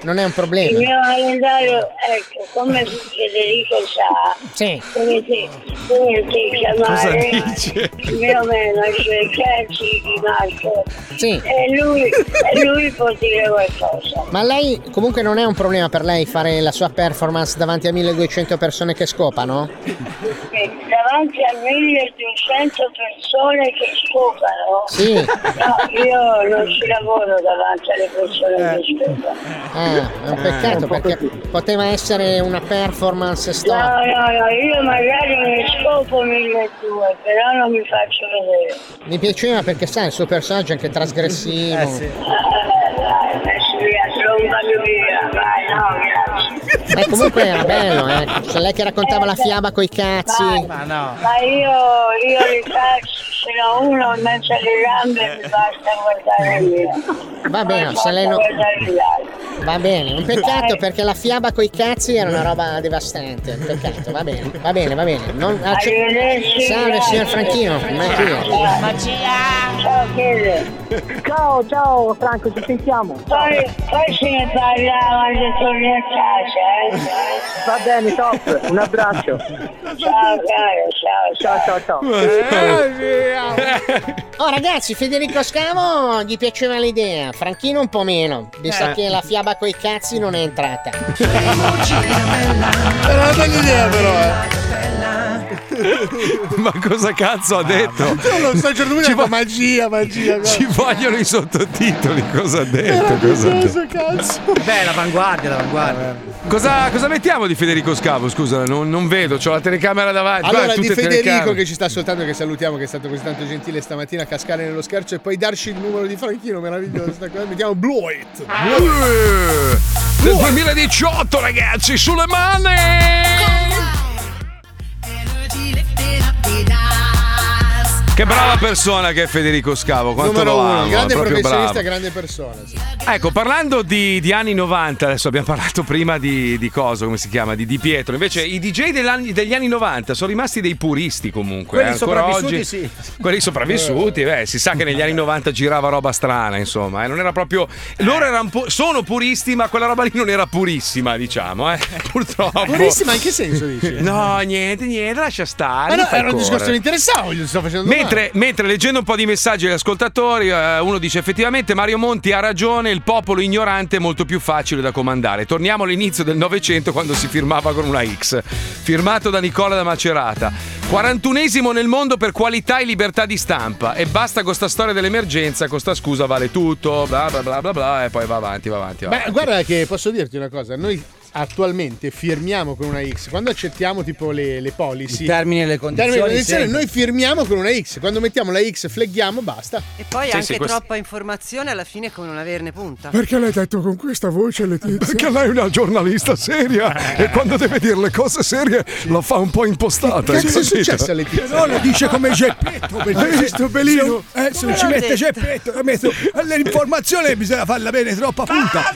non è un
Il
problema.
mio calendario, ecco, come Federico sa,
Sì.
come ti, come eh, ti chiamare il mio manager, Chelsea Di cioè, Marco.
Sì.
E lui, e lui può dire qualcosa.
Ma lei comunque non è un problema per lei fare la sua performance davanti a 1200 persone che scopano?
Eh, davanti a 1200 persone che scopano.
Sì.
No, io non ci lavoro davanti alle persone che scopano.
Ah, è un peccato perché poteva essere una performance
No,
storica.
no, no, io magari ne scopo 1200, però non mi faccio vedere.
Mi piaceva perché sai, il suo personaggio è anche trasgressivo.
Ah, Adesso via, trombalo via, vai, no, grazie.
Ma Eh, comunque era bello, eh. C'è lei che raccontava la fiaba coi cazzi. Ma Ah, no.
Ma io, io le faccio, se no uno in mezzo alle gambe mi basta guardare via.
Va bene, se lei non. Va bene, un peccato perché la fiaba coi cazzi era una roba devastante. Un peccato, va bene, va bene, va bene. Non- ah, c'è-
Arrivederci,
Salve
grazie.
signor Franchino, ma chi è?
Ciao Chele. Ciao, ciao Franco, ci sentiamo. Poi, poi se ne parliamo quando torni a casa, eh. Va bene, top, un abbraccio. Ciao caro, ciao. Ciao ciao
Oh ragazzi, Federico Scavo gli piaceva l'idea, Franchino un po' meno. Mi sa
Eh.
che la fiaba coi cazzi non è entrata.
Era una bella idea però eh.
Ma cosa cazzo ha detto?
Non so, a un certo punto ho detto, magia, magia. guarda.
Ci vogliono i sottotitoli, cosa ha
Eh,
detto? Cosa, ha detto?
Meraviglioso, cazzo.
Beh, l'avanguardia, l'avanguardia.
Cosa- cosa mettiamo di Federico Scavo? Scusa, non, non vedo, ho la telecamera davanti.
Allora,
Eh, guarda,
di
tutte
Federico
telecamere.
che ci sta ascoltando, che salutiamo, che è stato così tanto gentile stamattina a cascare nello scherzo e poi darci il numero di Franchino, meraviglioso. sta cosa. Mettiamo Blue It.
Eh, Del 2018, ragazzi, sulle mani! Che brava persona che è Federico Scavo, quanto
Numero
lo
uno, Oh,
amo,
grande
è proprio
professionista,
bravo.
grande persona. sì.
Ecco, parlando di, di anni 90, adesso abbiamo parlato prima di, di cosa, come si chiama, di Di Pietro. Invece i DJ dell'anni- degli anni 90 sono rimasti dei puristi comunque.
Quelli
eh, ancora
sopravvissuti,
oggi.
sì.
Quelli sopravvissuti, beh, si sa che negli anni 90 girava roba strana, insomma. eh, non era proprio... Loro erano pu- sono puristi, ma quella roba lì non era purissima, diciamo, eh, purtroppo.
Purissima, in che senso dici?
No, niente, niente, lascia stare.
Ma
mi
no,
fai
era un discorso
correre.
che mi interessava, gli sto facendo domande.
Mentre, mentre leggendo un po' di messaggi degli ascoltatori, eh, uno dice effettivamente Mario Monti ha ragione, il popolo ignorante è molto più facile da comandare. Torniamo all'inizio del Novecento quando si firmava con una X. Firmato da Nicola da Macerata. 41esimo nel mondo per qualità e libertà di stampa. E basta con sta storia dell'emergenza, con sta scusa vale tutto, bla bla bla bla bla, e poi va avanti, va avanti. Va
Beh,
avanti.
guarda che posso dirti una cosa, noi attualmente firmiamo con una X, quando accettiamo tipo le, le policy,
I termini e le condizioni
termini e le condizioni,
sempre.
noi firmiamo con una X, quando mettiamo la X, fleghiamo, basta.
E poi
Sì,
anche
sì, questo-
troppa informazione alla fine è come non averne punta.
Perché l'hai detto con questa voce, Letizia? Eh.
Perché
lei è una giornalista seria e quando deve dire le cose serie la fa un po' impostata.
Che cazzo è successo a Letizia?
No, lo dice come Geppetto,
Eh,
perché questo pelino, eh, se non ci
l'ha
mette
detto?
Geppetto, ha messo all'informazione bisogna farla bene troppa punta.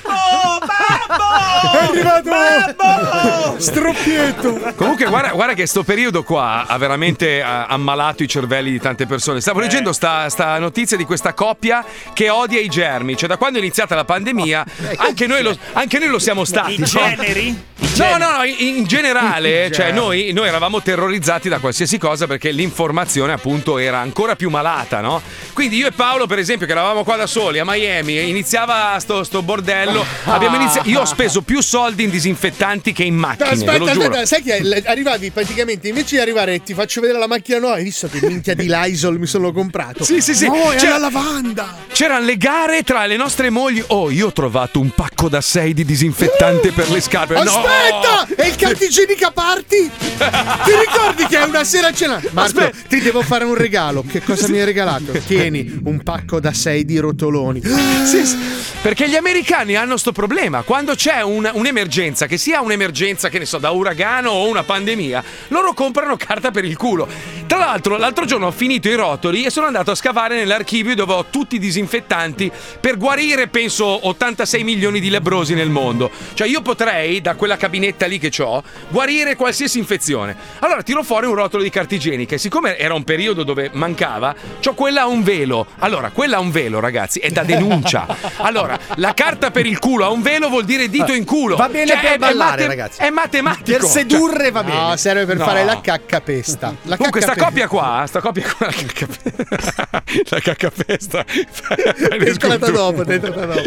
È arrivato Struppietto.
Comunque, guarda, guarda che sto periodo qua ha veramente eh, ammalato i cervelli di tante persone.
Eh.
Stavo leggendo sta, sta notizia di questa coppia che odia i germi. Cioè, da quando è iniziata la pandemia, anche noi lo, anche noi lo siamo stati.
Eh, I
no?
generi? I
No, no, no, in, in generale, cioè noi, noi eravamo terrorizzati da qualsiasi cosa perché l'informazione appunto era ancora più malata, no? Quindi io e Paolo, per esempio, che eravamo qua da soli a Miami, e iniziava sto, sto bordello. Abbiamo iniziato, io ho speso più soldi in disinfettanti che in macchine, ve lo
aspetta,
giuro.
aspetta, sai che le- arrivavi praticamente invece di arrivare ti faccio vedere la macchina nuova, hai visto che minchia di Lysol mi sono comprato?
Sì, sì, Cioè, sì.
No, è
C'era-
alla lavanda.
C'erano le gare tra le nostre mogli. Oh, io ho trovato un pacco da 6 di disinfettante per le scarpe. No!
Aspetta! È il cartigenica party! Ti ricordi che è una sera a cena? Marco, ti devo fare un regalo. Che cosa mi hai regalato? Tieni un pacco da 6 di rotoloni.
Sì, sì, perché gli americani hanno sto problema. Quando c'è un- un'emergenza, che sia un'emergenza, che ne so, da uragano o una pandemia, loro comprano carta per il culo. Tra l'altro, l'altro giorno ho finito i rotoli e sono andato a scavare nell'archivio dove ho tutti i disinfettanti per guarire, penso, 86 milioni di lebrosi nel mondo. Cioè, io potrei, da quella cabinetta lì che ho, guarire qualsiasi infezione. Allora tiro fuori un rotolo di carta igienica e siccome era un periodo dove mancava, c'ho quella a un velo. Allora, quella a un velo, ragazzi, è da denuncia. Allora, la carta per il culo a un velo vuol dire dito in culo.
Va bene
Cioè,
per
è- è
ballare,
mate-
ragazzi.
È matematico.
Per sedurre va bene.
Cioè, No,
serve per
No.
fare la cacca pesta. La
Comunque, sta
cacca pesta.
coppia qua, eh, sta coppia qua, la cacca- la caccapesta. Fai le
Entrata
sculture.
dopo, è entrata dopo.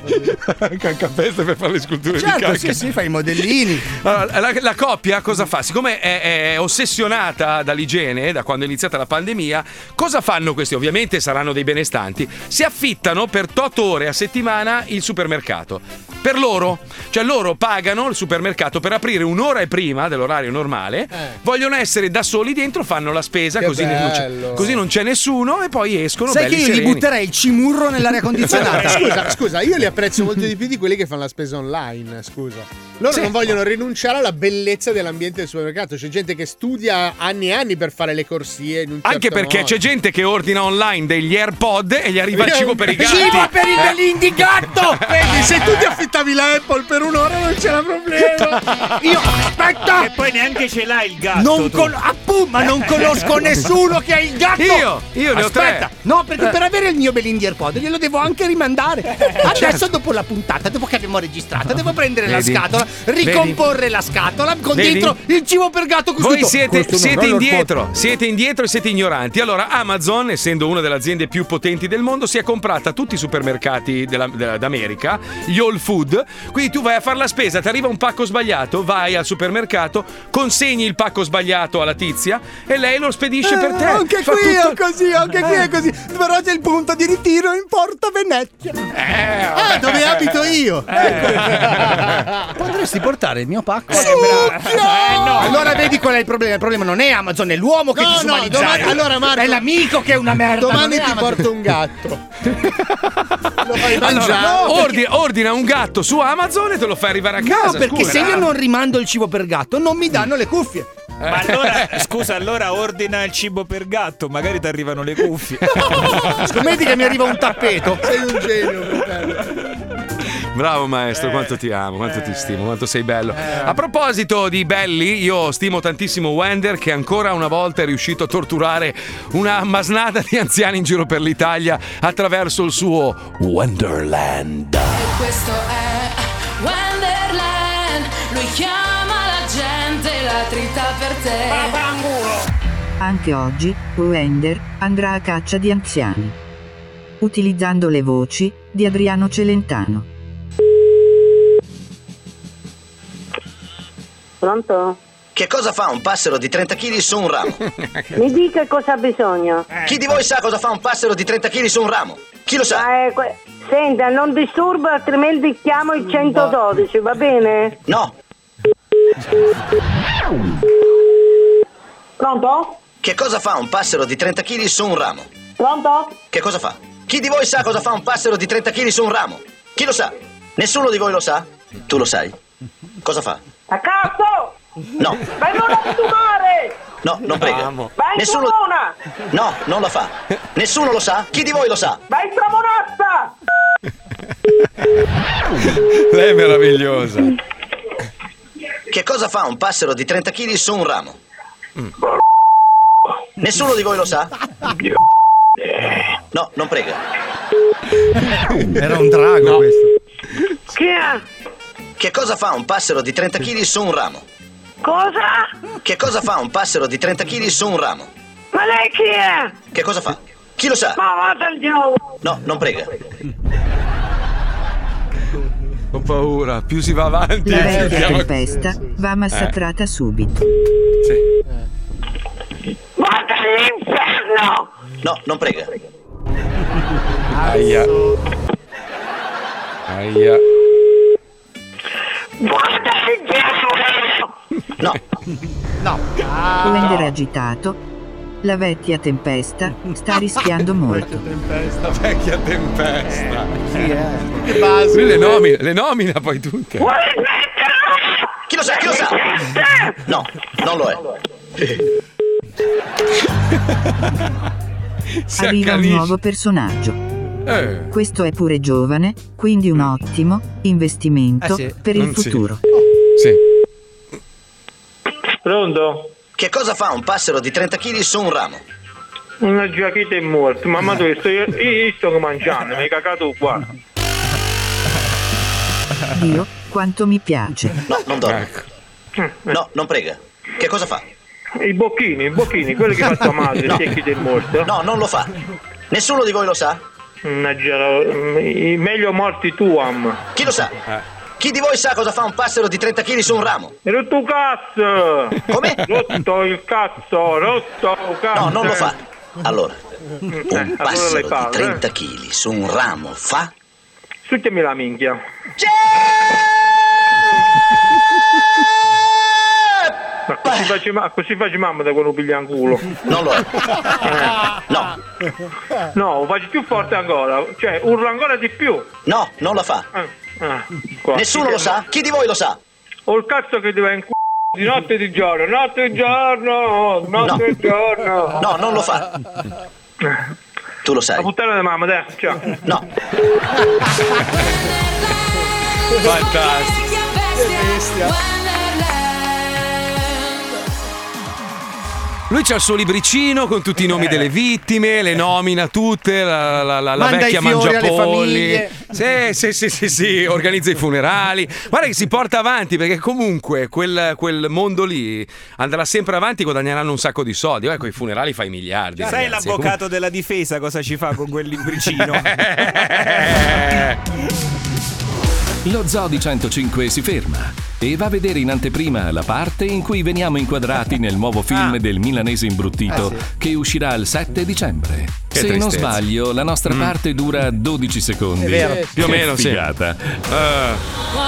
Caccapesta per fare le sculture di
Certo,
cacca.
sì, sì, fai i modellini.
Allora, la, la coppia cosa fa? Siccome è, è ossessionata dall'igiene da quando è iniziata la pandemia, cosa fanno questi? Ovviamente saranno dei benestanti. Si affittano per 8 ore a settimana il supermercato. Per loro, cioè loro pagano il supermercato per aprire un'ora e prima dell'orario normale, vogliono essere da soli dentro, fanno la spesa,
Eh. Che
così non,
bello.
c'è, così non c'è nessuno e poi escono.
Sai
belli
che io gli
sereni.
butterei il cimurro nell'aria
Eh,
condizionata.
scusa, scusa, io li apprezzo molto di più di quelli che fanno la spesa online, scusa. Loro
Sì.
non vogliono rinunciare alla bellezza dell'ambiente del supermercato. C'è gente che studia anni e anni per fare le corsie in un
Anche
certo
perché
modo.
c'è gente che ordina online degli AirPod e gli arriva il cibo per i gatti.
Cibo per i
Eh.
belindigatto! Vedi, se tu ti affittavi la Apple per un'ora non c'era problema. Io aspetta!
E poi neanche ce l'hai il gatto.
Non
tu.
con- ah, pum, ma non conosco nessuno che ha il gatto.
Io, io ne ho
Aspetta,
tre.
No, perché
Eh.
per avere il mio Belindi AirPod glielo devo anche rimandare. Adesso
Certo.
dopo la puntata, dopo che abbiamo registrato, devo prendere
Vedi?
la scatola,
Vedi?
ricomporre la scatola con
Vedi?
dentro il cibo per gatto così.
Voi siete, siete indietro, siete indietro e siete ignoranti. Allora, Amazon, essendo una delle aziende più potenti del mondo, si è comprata tutti i supermercati della- della- d'America, gli all food. Quindi tu vai a fare la spesa, ti arriva un pacco sbagliato, vai al supermercato, consegni il pacco sbagliato alla tizia e lei lo spedisce per te.
Eh, anche
Fa
qui
tutto- Eh.
è così, anche qui è così. Però c'è il punto di ritiro in Porta Venezia.
Eh,
Eh.
Ah, dove abito io?
Potresti portare il mio pacco.
Eh, Allora
Eh,
Allora vedi qual è il problema? Il problema non è Amazon, è l'uomo che
No,
ti
no,
smanizza.
domani- allora, Marco,
è l'amico che è una merda.
Domani ti porto
un gatto.
Lo fai
Allora,
mangiare.
ordina, ordina un gatto su Amazon e te lo fai arrivare a casa.
No, perché
scusa.
se io non rimando il cibo per gatto, non mi danno le cuffie.
Ma allora, scusa, allora ordina il cibo per gatto, magari ti arrivano le cuffie.
Scommetti che mi arriva un tappeto.
Sei un genio, fratello.
Bravo maestro, quanto ti amo, quanto ti stimo, quanto sei bello. A proposito di belli, io stimo tantissimo Wender che ancora una volta è riuscito a torturare una masnada di anziani in giro per l'Italia attraverso il suo Wonderland.
Questo è Wonderland, lui chiama la gente, la trita per te.
Anche oggi, Wender andrà a caccia di anziani. Utilizzando le voci di Adriano Celentano.
Pronto?
Che cosa fa un passero di 30 kg su un ramo?
Mi dica cosa ha bisogno.
Chi di voi sa cosa fa un passero di 30 kg su un ramo? Chi lo sa?
Eh, que- senta, non disturba, altrimenti chiamo il 112, va bene?
No.
Pronto?
Che cosa fa un passero di 30 kg su un ramo?
Pronto?
Che cosa fa? Chi di voi sa cosa fa un passero di 30 kg su un ramo? Chi lo sa? Nessuno di voi lo sa? Tu lo sai? Cosa fa?
A cazzo!
No,
Vai non a tumore!
no, non prega.
Vai in
Nessuno.
comuna!
No, non lo fa. Nessuno lo sa? Chi di voi lo sa?
Vai in tramonazza!
Lei è meravigliosa.
Che cosa fa un passero di 30 kg su un ramo? Nessuno di voi lo sa? No, non prega.
Era un drago questo.
Chi è?
Che cosa fa un passero di 30 kg su un ramo?
Cosa?
Che cosa fa un passero di 30 kg su un ramo?
Ma lei chi è?
Che cosa fa? Chi lo sa?
Ma vada al diavolo!
No, non prega.
Ho paura, più si va avanti.
La
più
vecchia
siamo-
tempesta va
Eh.
massacrata subito.
Vada all'inferno!
No, non prega.
Aia. Aia.
Vada all'inferno!
No. Ah,
No.
Wender agitato. La vecchia tempesta sta rischiando molto.
Tempesta, vecchia tempesta.
chi è?
Che base. Lui le nomina, le nomina poi tutte.
Chi lo sa? Chi lo sa? No, non lo è.
Si
Arriva un
accanisce.
nuovo personaggio.
Eh.
Questo è pure giovane, quindi un ottimo investimento
Eh sì.
per il
Mm, sì.
futuro.
Pronto? Che cosa fa un passero di 30 kg su un ramo?
Una giacchetta è morta, mamma tu sto, io, io sto mangiando, mi hai cagato qua.
Dio, quanto mi piace.
No, non dorme. No, non prega. Che cosa fa?
Eh, I bocchini, i bocchini, quelli che fa tua madre,
No.
no. secchi del morto.
No, non lo fa. Nessuno di voi lo sa?
meglio morti tu, am.
Chi lo sa?
Eh.
Chi di voi sa cosa fa un passero di 30 kg su un ramo?
Hai rotto il cazzo!
Come?
Rotto il cazzo, rotto il cazzo!
No, non lo fa. Allora,
Eh,
un passero
fa,
di 30 kg su un ramo fa?
eh. Succhiami la minchia.
Cioè!
Ma così faccio, ma- così faccio mamma da quando piglia un culo.
Non lo è. No.
No, lo faccio più forte ancora, cioè urlo ancora di più. Ah,
No, non la fa.
Ah,
Nessuno lo sa? Chi di voi lo sa?
Ho il cazzo che ti va in culo di notte e di giorno, notte e giorno, notte e giorno.
No, non lo fa. Tu lo sai.
La puttana di mamma, dai, ciao.
No.
Fantastico. Lui c'ha il suo libricino con tutti i nomi delle vittime, le nomina tutte, la, la- la- la
Manda i
vecchia
fiori alle
mangiapolli.
famiglie.
Sì, sì, sì, sì, sì, organizza i funerali. Guarda che si porta avanti perché comunque quel, quel mondo lì andrà sempre avanti, guadagneranno un sacco di soldi. Ecco, i funerali fai miliardi.
Sai
ragazzi.
l'avvocato della difesa cosa ci fa con quel libricino?
Lo Zoo di 105 si ferma e va a vedere in anteprima la parte in cui veniamo inquadrati nel nuovo film del milanese imbruttito
Eh, Ah. sì.
che uscirà il 7 dicembre.
Che
Se non
tristezza.
sbaglio, la nostra
Mm.
parte dura 12 secondi.
È vero.
Più o meno,
sì.
figata.
Ah.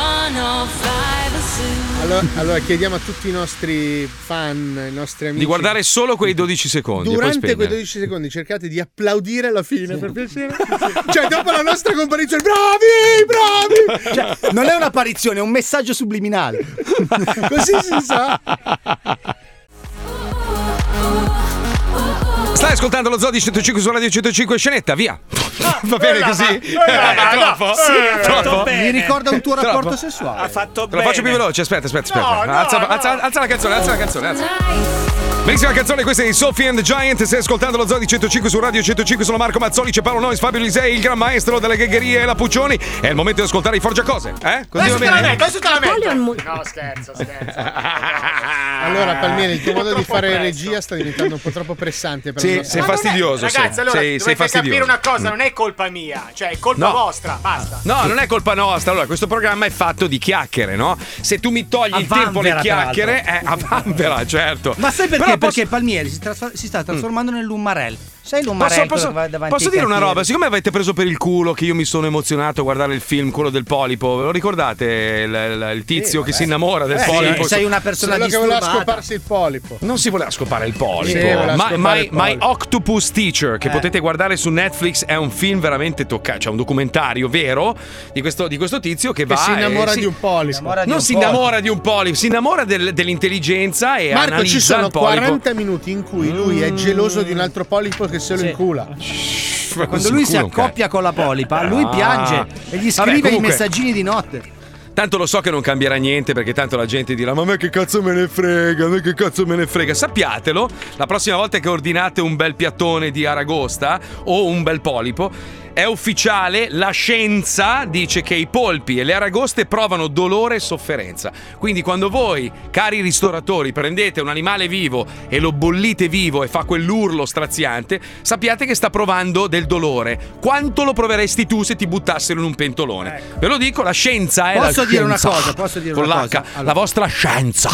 Allora, allora chiediamo a tutti i nostri fan, i nostri amici
Di guardare solo quei 12 secondi. e poi
Durante quei
spegnere.
12 secondi cercate di applaudire alla fine, per piacere. Cioè, dopo la nostra comparizione, bravi, bravi!
Cioè, non è un'apparizione, è un messaggio subliminale.
Così si sa.
Stai ascoltando lo Zoo di 105 su Radio 105 Scenetta, via. Va bene
là,
così?
eh, là,
Eh, troppo?
sì, eh,
Troppo?
fatto bene. Mi ricorda un tuo
Troppo?
rapporto sessuale. Ha fatto
Te la faccio più veloce, aspetta, aspetta, aspetta.
no,
alza,
no.
alza- alza la canzone, alza la canzone, alza. Bellissima canzone, questa è di Sophie and the Giant. Stai ascoltando lo Zoo di 105 su Radio 105. Sono Marco Mazzoli, c'è Paolo Nois, Fabio Lisei, il gran maestro delle ghegherie e la Puccioni. È il momento di ascoltare i Forgiacose. Eh? Così va
Adesso te la
bene?
metto, adesso te la metto. No, scherzo, scherzo.
Allora, Palmieri, il tuo modo di fare
presto.
regia sta diventando un po' troppo pressante. Per
Sì,
me.
sei fastidioso. sì.
Ragazzi, allora
sei, sei
dovete capire
fastidioso.
una cosa, non è colpa mia, cioè è colpa
No.
vostra, basta.
No, non è colpa nostra. Allora, questo programma è fatto di chiacchiere, no? Se tu mi togli
A
il tempo alle
vanvera,
chiacchiere, è a vanvera, certo.
Ma sai perché?
Però posso-
Perché Palmieri si, trasfor- si sta trasformando nell'umarel. Sai
Posso,
l'umarel
posso-
che va davanti
posso
ai
dire una
cantieri?
roba? Siccome avete preso per il culo che io mi sono emozionato a guardare il film, quello del polipo, ve lo ricordate? Il, il- il tizio che si innamora del
Eh,
polipo.
sei una persona
Quello che voleva
disturbata.
scoparsi il polipo.
Non si voleva scopare il
Sì,
polipo.
voleva
Ma-
scopare
my,
il polipo.
My Octopus Teacher, che
Eh.
potete guardare su Netflix, è un film veramente toccato. C'è un documentario vero di questo, di questo tizio che, va.
Che si innamora
e si-
di un polipo.
Non si innamora di un polipo, si innamora del- dell'intelligenza e
Marco,
analizza
ci sono
il polipo.
40 minuti in cui lui è geloso di un altro polipo che se lo incula.
Ma
Quando lui si
sicuro, ok.
accoppia con la polipa, lui
Ah.
piange e
Vabbè,
gli scrive i
comunque-
messaggini di notte.
Tanto lo so che non cambierà niente perché tanto la gente dirà ma a me che cazzo me ne frega, a me che cazzo me ne frega. Sappiatelo, la prossima volta che ordinate un bel piattone di aragosta o un bel polipo, è ufficiale, la scienza dice che i polpi e le aragoste provano dolore e sofferenza. Quindi quando voi, cari ristoratori, prendete un animale vivo e lo bollite vivo e fa quell'urlo straziante, sappiate che sta provando del dolore. Quanto lo proveresti tu se ti buttassero in un pentolone? Ve lo dico, la scienza è la
Posso dire una
scienza.
cosa, posso dire
con
una
l'H,
cosa?
la vostra scienza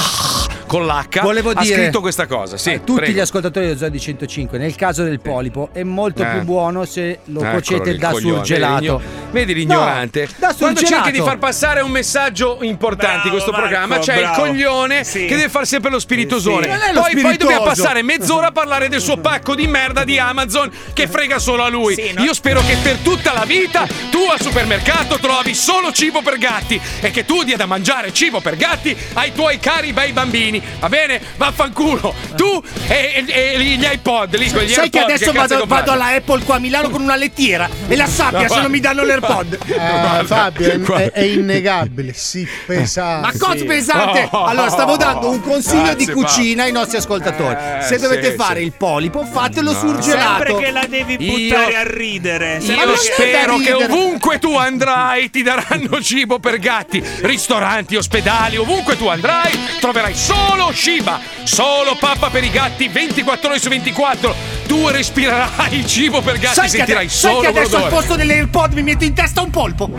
con l'H
Volevo
ha
dire
scritto questa cosa. Sì,
a tutti
prego.
gli ascoltatori dello Zoo di 105, nel caso del polipo è molto
Eh.
più buono se lo
Eccolo
cuocete
lì,
da
coglione. Vedi
surgelato.
l'igno- Vedi l'ignorante.
No, da
Quando
surgelato.
cerchi di far passare un messaggio importante in questo programma, c'è
bravo.
il coglione
Sì.
che deve far sempre lo spiritosone.
Eh, sì. Non è lo
Poi, poi dobbiamo
spiritoso.
passare mezz'ora a parlare del suo pacco di merda di Amazon che frega solo a lui.
Sì, no.
Io spero che per tutta la vita tu al supermercato trovi solo cibo per gatti e che tu dia da mangiare cibo per gatti ai tuoi cari bei bambini. Va bene? Vaffanculo. Tu e, e- e gli iPod lì con gli
Sai che
AirPod,
adesso
cazzo
vado,
comprate?
vado alla Apple qua a Milano con una lettiera e la sabbia
No,
se
guarda.
non mi danno l'AirPod. Eh,
Eh,
Guarda,
Fabio,
è-
È, è innegabile, sì,
Ma
pesante.
cosa pesante?
Oh.
Oh.
Allora, stavo dando un consiglio di
Grazie,
cucina ai nostri ascoltatori.
Eh,
Se dovete
sì,
fare
sì.
il polipo, fatelo
No.
surgelato.
Sempre che la devi buttare
Io-
a ridere.
Eh,
Sempre
Io
che-
spero che ovunque tu andrai ti daranno cibo per gatti, ristoranti, ospedali, ovunque tu andrai troverai solo Shiba, solo pappa per i gatti 24 ore su 24. Tu respirerai il cibo per gatti,
Sai che,
sentirai
ade- sai
solo
che adesso al
odore.
posto delle AirPod mi metto in testa un polpo.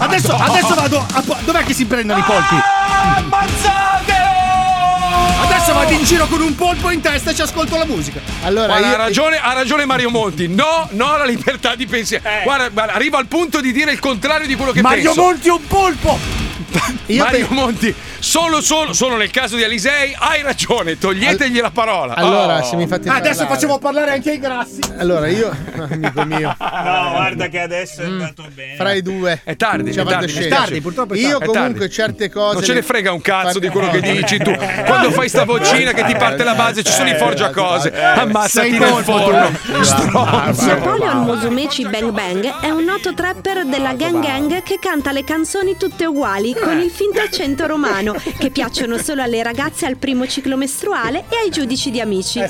Adesso,
Madonna.
adesso vado. A, po- dov'è che si prendono i polpi? Adesso vado in giro con un polpo in testa e ci ascolto la musica.
Allora,
Guarda, ha, ragione, ha ragione Mario Monti. No, no alla libertà di pensiero. Guarda, guarda, arriva al punto di dire il contrario di quello che
Eh. Mario
penso.
Monti è un polpo!
Mario Monti, solo, solo, solo nel caso di Alisei hai ragione, toglietegli la parola.
allora,
Oh.
se mi fate
Ah, Adesso
parlare-
facciamo parlare anche ai grassi.
Allora, io, amico mio,
No, guarda che adesso è andato bene.
fra i due.
È tardi,
ci
è
vado
tardi,
a
mi
scegliere.
dispiace. È tardi.
Io
È
comunque
tardi.
certe cose.
Non ce ne frega un cazzo di quello che
No. Eh.
dici tu. Quando fai sta vocina che ti parte la base ci sono i forgia cose. Ammazzati
sei
nel
colpo,
forno.
tu.
Napoleon Musumeci Bang Bang è un noto trapper della gang gang che canta le canzoni tutte uguali con il finto accento romano che piacciono solo alle ragazze al primo ciclo mestruale e ai giudici di amici.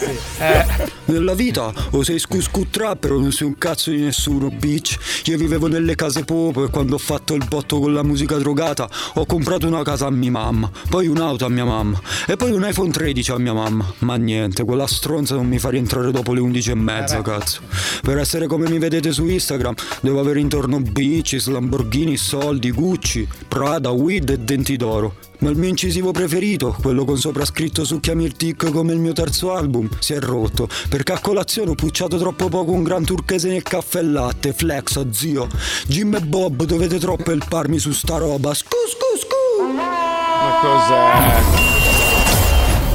Nella vita o sei scuscu trapper o non sei un cazzo di nessuno, bitch. Io vivevo nelle case pop e quando ho fatto il botto con la musica drogata ho comprato una casa a mia mamma, poi un'auto a mia mamma e poi un iPhone 13 a mia mamma. Ma niente, quella stronza non mi fa rientrare dopo le 11 e mezza, cazzo. Per essere come mi vedete su Instagram devo avere intorno bici, Lamborghini, soldi, Gucci, Prada, weed e denti d'oro. Ma il mio incisivo preferito, quello con sopra scritto su Chiami il Tic come il mio terzo album, si è rotto perché a colazione ho pucciato troppo poco un gran turchese nel caffè e latte. Flexa, zio. Jim e Bob, dovete troppo elparmi su sta roba. Scus, scus,
Ma cos'è?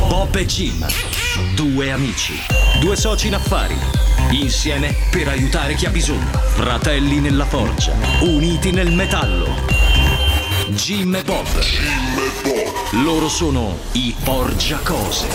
Bob e Jim, due amici, due soci in affari, insieme per aiutare chi ha bisogno, fratelli nella forgia, uniti nel metallo. Jim e Bob. Loro sono i Forgia Cose.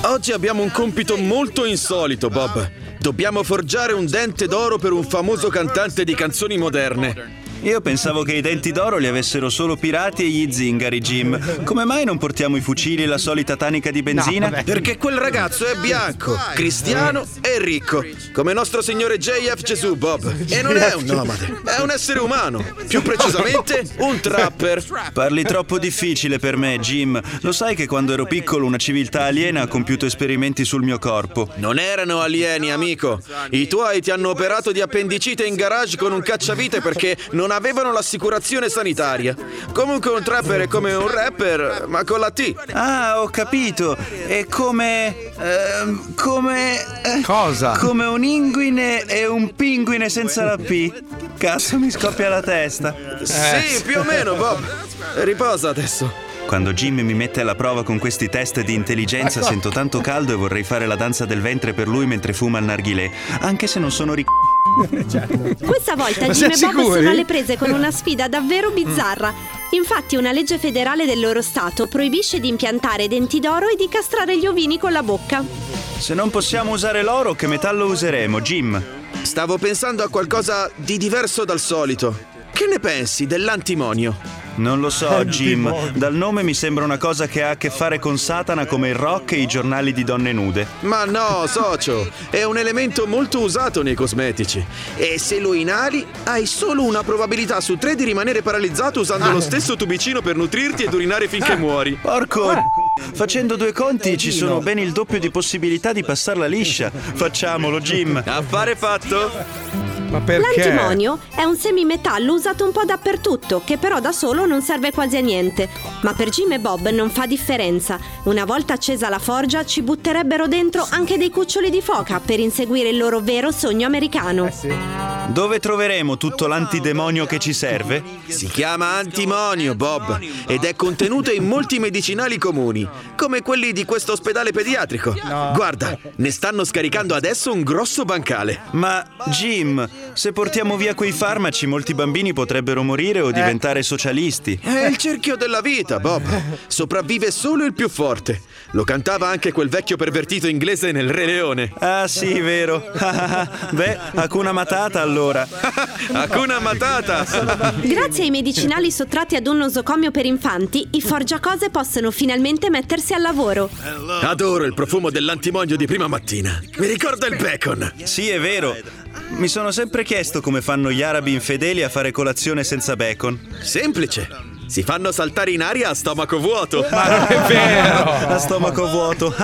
Oggi abbiamo un compito molto insolito, Bob. Dobbiamo forgiare un dente d'oro per un famoso cantante di canzoni moderne.
Io pensavo che i denti d'oro li avessero solo pirati e gli zingari, Jim. Come mai non portiamo i fucili e la solita tanica di benzina?
Perché quel ragazzo è bianco, cristiano e ricco, come nostro signore JF Gesù, Bob. E non è un nomade, è un essere umano. Più precisamente, un trapper.
Parli troppo difficile per me, Jim. Lo sai che quando ero piccolo una civiltà aliena ha compiuto esperimenti sul mio corpo.
Non erano alieni, amico. I tuoi ti hanno operato di appendicite in garage con un cacciavite perché non avevano l'assicurazione sanitaria. Comunque un trapper è come un rapper, ma con la T.
Ah, ho capito. È come. ehm, come. eh,
Cosa?
Come un inguine e un pinguine senza la P. Cazzo, mi scoppia la testa. Eh.
Sì, più o meno, Bob. Riposa adesso.
Quando Jim mi mette alla prova con questi test di intelligenza
Ecco.
sento tanto caldo e vorrei fare la danza del ventre per lui mentre fuma il narghilè, anche se non sono ricco.
Certo.
Questa volta
Ma
Jim e Bob
siamo sicuri? Mm.
sono alle prese con una sfida davvero bizzarra. Infatti una legge federale del loro stato proibisce di impiantare denti d'oro e di castrare gli ovini con la bocca.
Se non possiamo usare l'oro, che metallo useremo, Jim?
Stavo pensando a qualcosa di diverso dal solito. Che ne pensi dell'antimonio? Eh,
Non lo so, Jim. Dal nome mi sembra una cosa che ha a che fare con Satana come il rock e i giornali di donne nude.
Ma no, socio, è un elemento molto usato nei cosmetici. E se lo inali, hai solo una probabilità su tre di rimanere paralizzato usando
Ah.
lo stesso tubicino per nutrirti ed urinare finché muori. Ah.
Porco! Facendo due conti ci sono ben il doppio di possibilità di passarla liscia. Facciamolo, Jim.
Affare fatto.
Ma
L'antimonio è un semimetallo usato un po' dappertutto, che però da solo non serve quasi a niente. Ma per Jim e Bob non fa differenza. Una volta accesa la forgia ci butterebbero dentro anche dei cuccioli di foca per inseguire il loro vero sogno americano.
Eh Dove troveremo tutto l'antidemonio che ci serve?
Si chiama antimonio, Bob, ed è contenuto in molti medicinali comuni, come quelli di questo ospedale pediatrico. Guarda, ne stanno scaricando adesso un grosso bancale.
Ma Jim, se portiamo via quei farmaci molti bambini potrebbero morire o diventare socialisti.
È il cerchio della vita, Bob. Sopravvive solo il più forte. Lo cantava anche quel vecchio pervertito inglese nel Re Leone.
Ah sì, vero. Beh, Hakuna Matata allora.
Hakuna Matata.
Grazie ai medicinali sottratti ad un nosocomio per infanti, i forgiacose possono finalmente mettersi al lavoro.
Adoro il profumo dell'antimonio di prima mattina. Mi ricorda il bacon.
Sì, è vero. Mi sono sempre chiesto come fanno gli arabi infedeli a fare colazione senza bacon.
Semplice. Si fanno saltare in aria a stomaco vuoto.
Ma non è vero! A stomaco vuoto.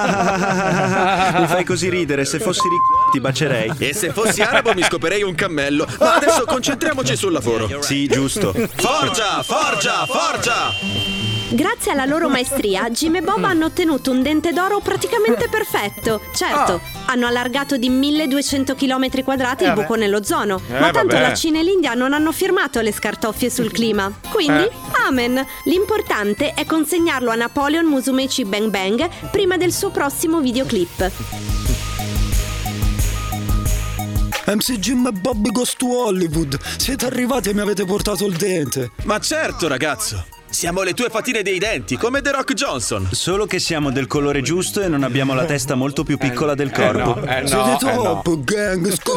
Mi fai così ridere, se fossi ricco ti bacerei.
E se fossi arabo mi scoperei un cammello. Ma adesso concentriamoci sul lavoro.
Sì, giusto.
Forgia, forgia, forgia!
Grazie alla loro maestria, Jim e
Mm.
Bob hanno ottenuto un dente d'oro praticamente perfetto. Certo, hanno allargato di 1200 km quadrati il
Ah. Eh, beh.
buco nell'ozono,
Eh,
ma tanto
vabbè. Mm.
la Cina e l'India non hanno firmato le scartoffie sul clima. Quindi,
Eh.
amen. L'importante è consegnarlo a Napoleon Musumeci Bang Bang prima del suo prossimo videoclip.
MC Jim e Bobby Ghost to Hollywood, siete arrivati e mi avete portato il dente.
Ma certo, ragazzo. Siamo le tue fatine dei denti, come The Rock Johnson.
Solo che siamo del colore giusto e non abbiamo la testa molto più piccola del corpo.
eh no,
siete top, gang, scu,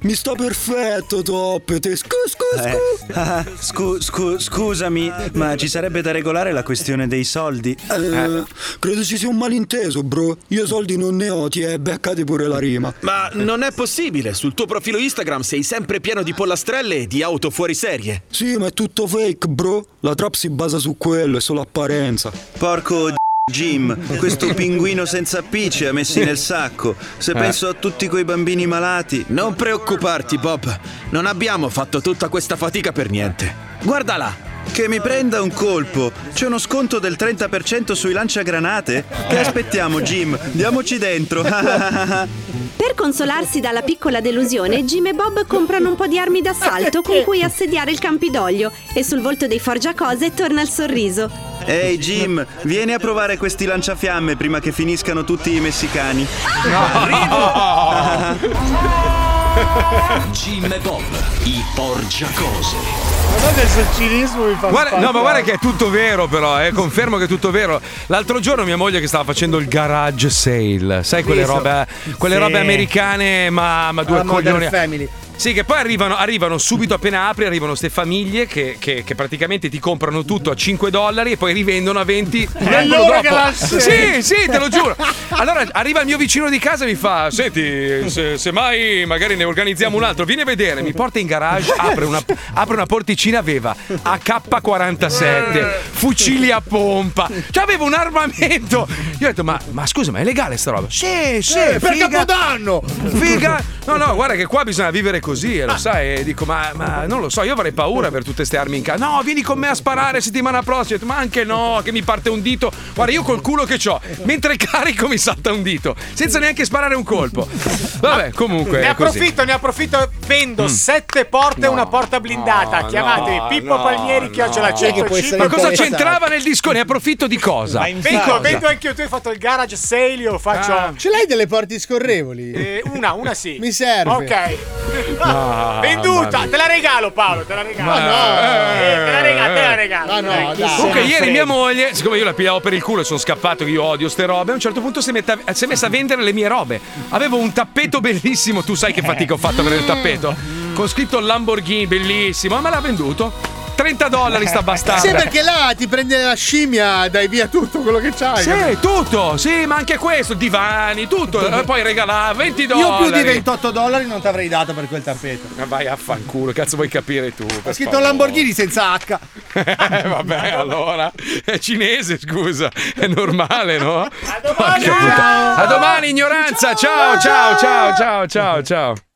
mi sto perfetto, top, te scu, scu, scu.
Eh, ah, scu- scu- scusami, ma ci sarebbe da regolare la questione dei soldi.
Eh, credo ci sia un malinteso, bro. Io soldi non ne ho, ti è beccate pure la rima.
Ma non è possibile, sul tuo profilo Instagram sei sempre pieno di pollastrelle e di auto fuori serie.
Sì, ma è tutto fake, bro. La trap si basa su quello, è solo apparenza.
Porco d- Jim, questo pinguino senza P ci ha messi nel sacco. Se
Eh.
penso a tutti quei bambini malati.
Non preoccuparti, Bob. Non abbiamo fatto tutta questa fatica per niente. Guarda là!
Che mi prenda un colpo! C'è uno sconto del 30% sui lanciagranate? Che aspettiamo, Jim? Diamoci dentro!
Per consolarsi dalla piccola delusione, Jim e Bob comprano un po' di armi d'assalto con cui assediare il Campidoglio e sul volto dei forgiacose torna il sorriso.
Ehi Jim, vieni a provare questi lanciafiamme prima che finiscano tutti i messicani.
Jim e Bob, i porgiacose.
Guardate il cinismo mi fa
Guarda- no, ma guarda
spaventare.
che è tutto vero, però, eh, confermo che è tutto vero. L'altro giorno mia moglie che stava facendo il garage sale, sai, quelle
Sì,
robe,
so.
quelle
Sì.
robe americane, ma, ma due
Alla Modern
coglioni.
Family.
Sì, che poi arrivano, arrivano subito appena apri, arrivano queste famiglie che, che- che praticamente ti comprano tutto a 5 dollari e poi rivendono a 20. un
Eh,
angolo
allora
Ecco, dopo.
che la-
Sì, sì, te lo giuro. Allora arriva il mio vicino di casa e mi fa: Senti, se, se mai magari ne organizziamo un altro, vieni a vedere. Mi porta in garage, apre una, apre una porticina, aveva AK-47,
Eh.
fucili a pompa. Cioè, aveva un armamento. Io ho detto: Ma, ma scusa, ma è legale sta roba? Sì, sì,
Eh, per
figa.
Capodanno!
Figa! No, no, guarda che qua bisogna vivere così,
Ah.
e lo sai, e dico, ma, ma non lo so, io avrei paura per tutte queste armi in casa. No, vieni con me a sparare settimana prossima, Ho detto, ma anche no, che mi parte un dito. Guarda, io col culo che ho, mentre carico mi salta un dito, senza neanche sparare un colpo. Vabbè, comunque.
Ah. Ne
Ecco, è così.
approfitto, ne approfitto, vendo
Mm.
sette porte e una porta blindata.
no,
Chiamatevi Pippo
no,
Palmieri,
no.
chiocciola
Chi è che può essere
105.
Ma cosa c'entrava nel disco? Ne approfitto di cosa?
Vendo, vendo anche io, tu hai fatto il garage sale, io faccio...
Ce l'hai delle porte scorrevoli?
Eh, una, una sì.
Mi serve.
Ok.
No,
Venduta,
mamma
te la regalo Paolo, te la regalo.
Ma no.
Ah, Eh, Ah, te la regalo, te la regalo.
Ma no,
Dai, chi
dai.
se
Eh, Comunque,
ne
ieri
frega.
mia moglie, siccome io la pigliavo per il culo e sono scappato, che io odio ste robe, a un certo punto si, è metta- si è messa a vendere le mie robe. Avevo un tappeto bellissimo, tu sai che fatica ho fatto a avere il tappeto, con scritto Lamborghini, bellissimo, ma me l'ha venduto. 30 dollari sta bastarda.
Sì, perché là ti prende la scimmia, dai via tutto quello che c'hai.
Sì, tutto, sì, ma anche questo, divani, tutto. E Poi regalava 20
Io
dollari.
più di 28 dollari non ti avrei dato per quel tappeto.
Ma vai a fanculo, cazzo vuoi capire tu?
Ho scritto Lamborghini senza H.
Eh, vabbè, allora. È cinese, scusa. È normale, no? A
domani!
A domani, ignoranza. Ciao, ciao, ciao, ciao, ciao, ciao.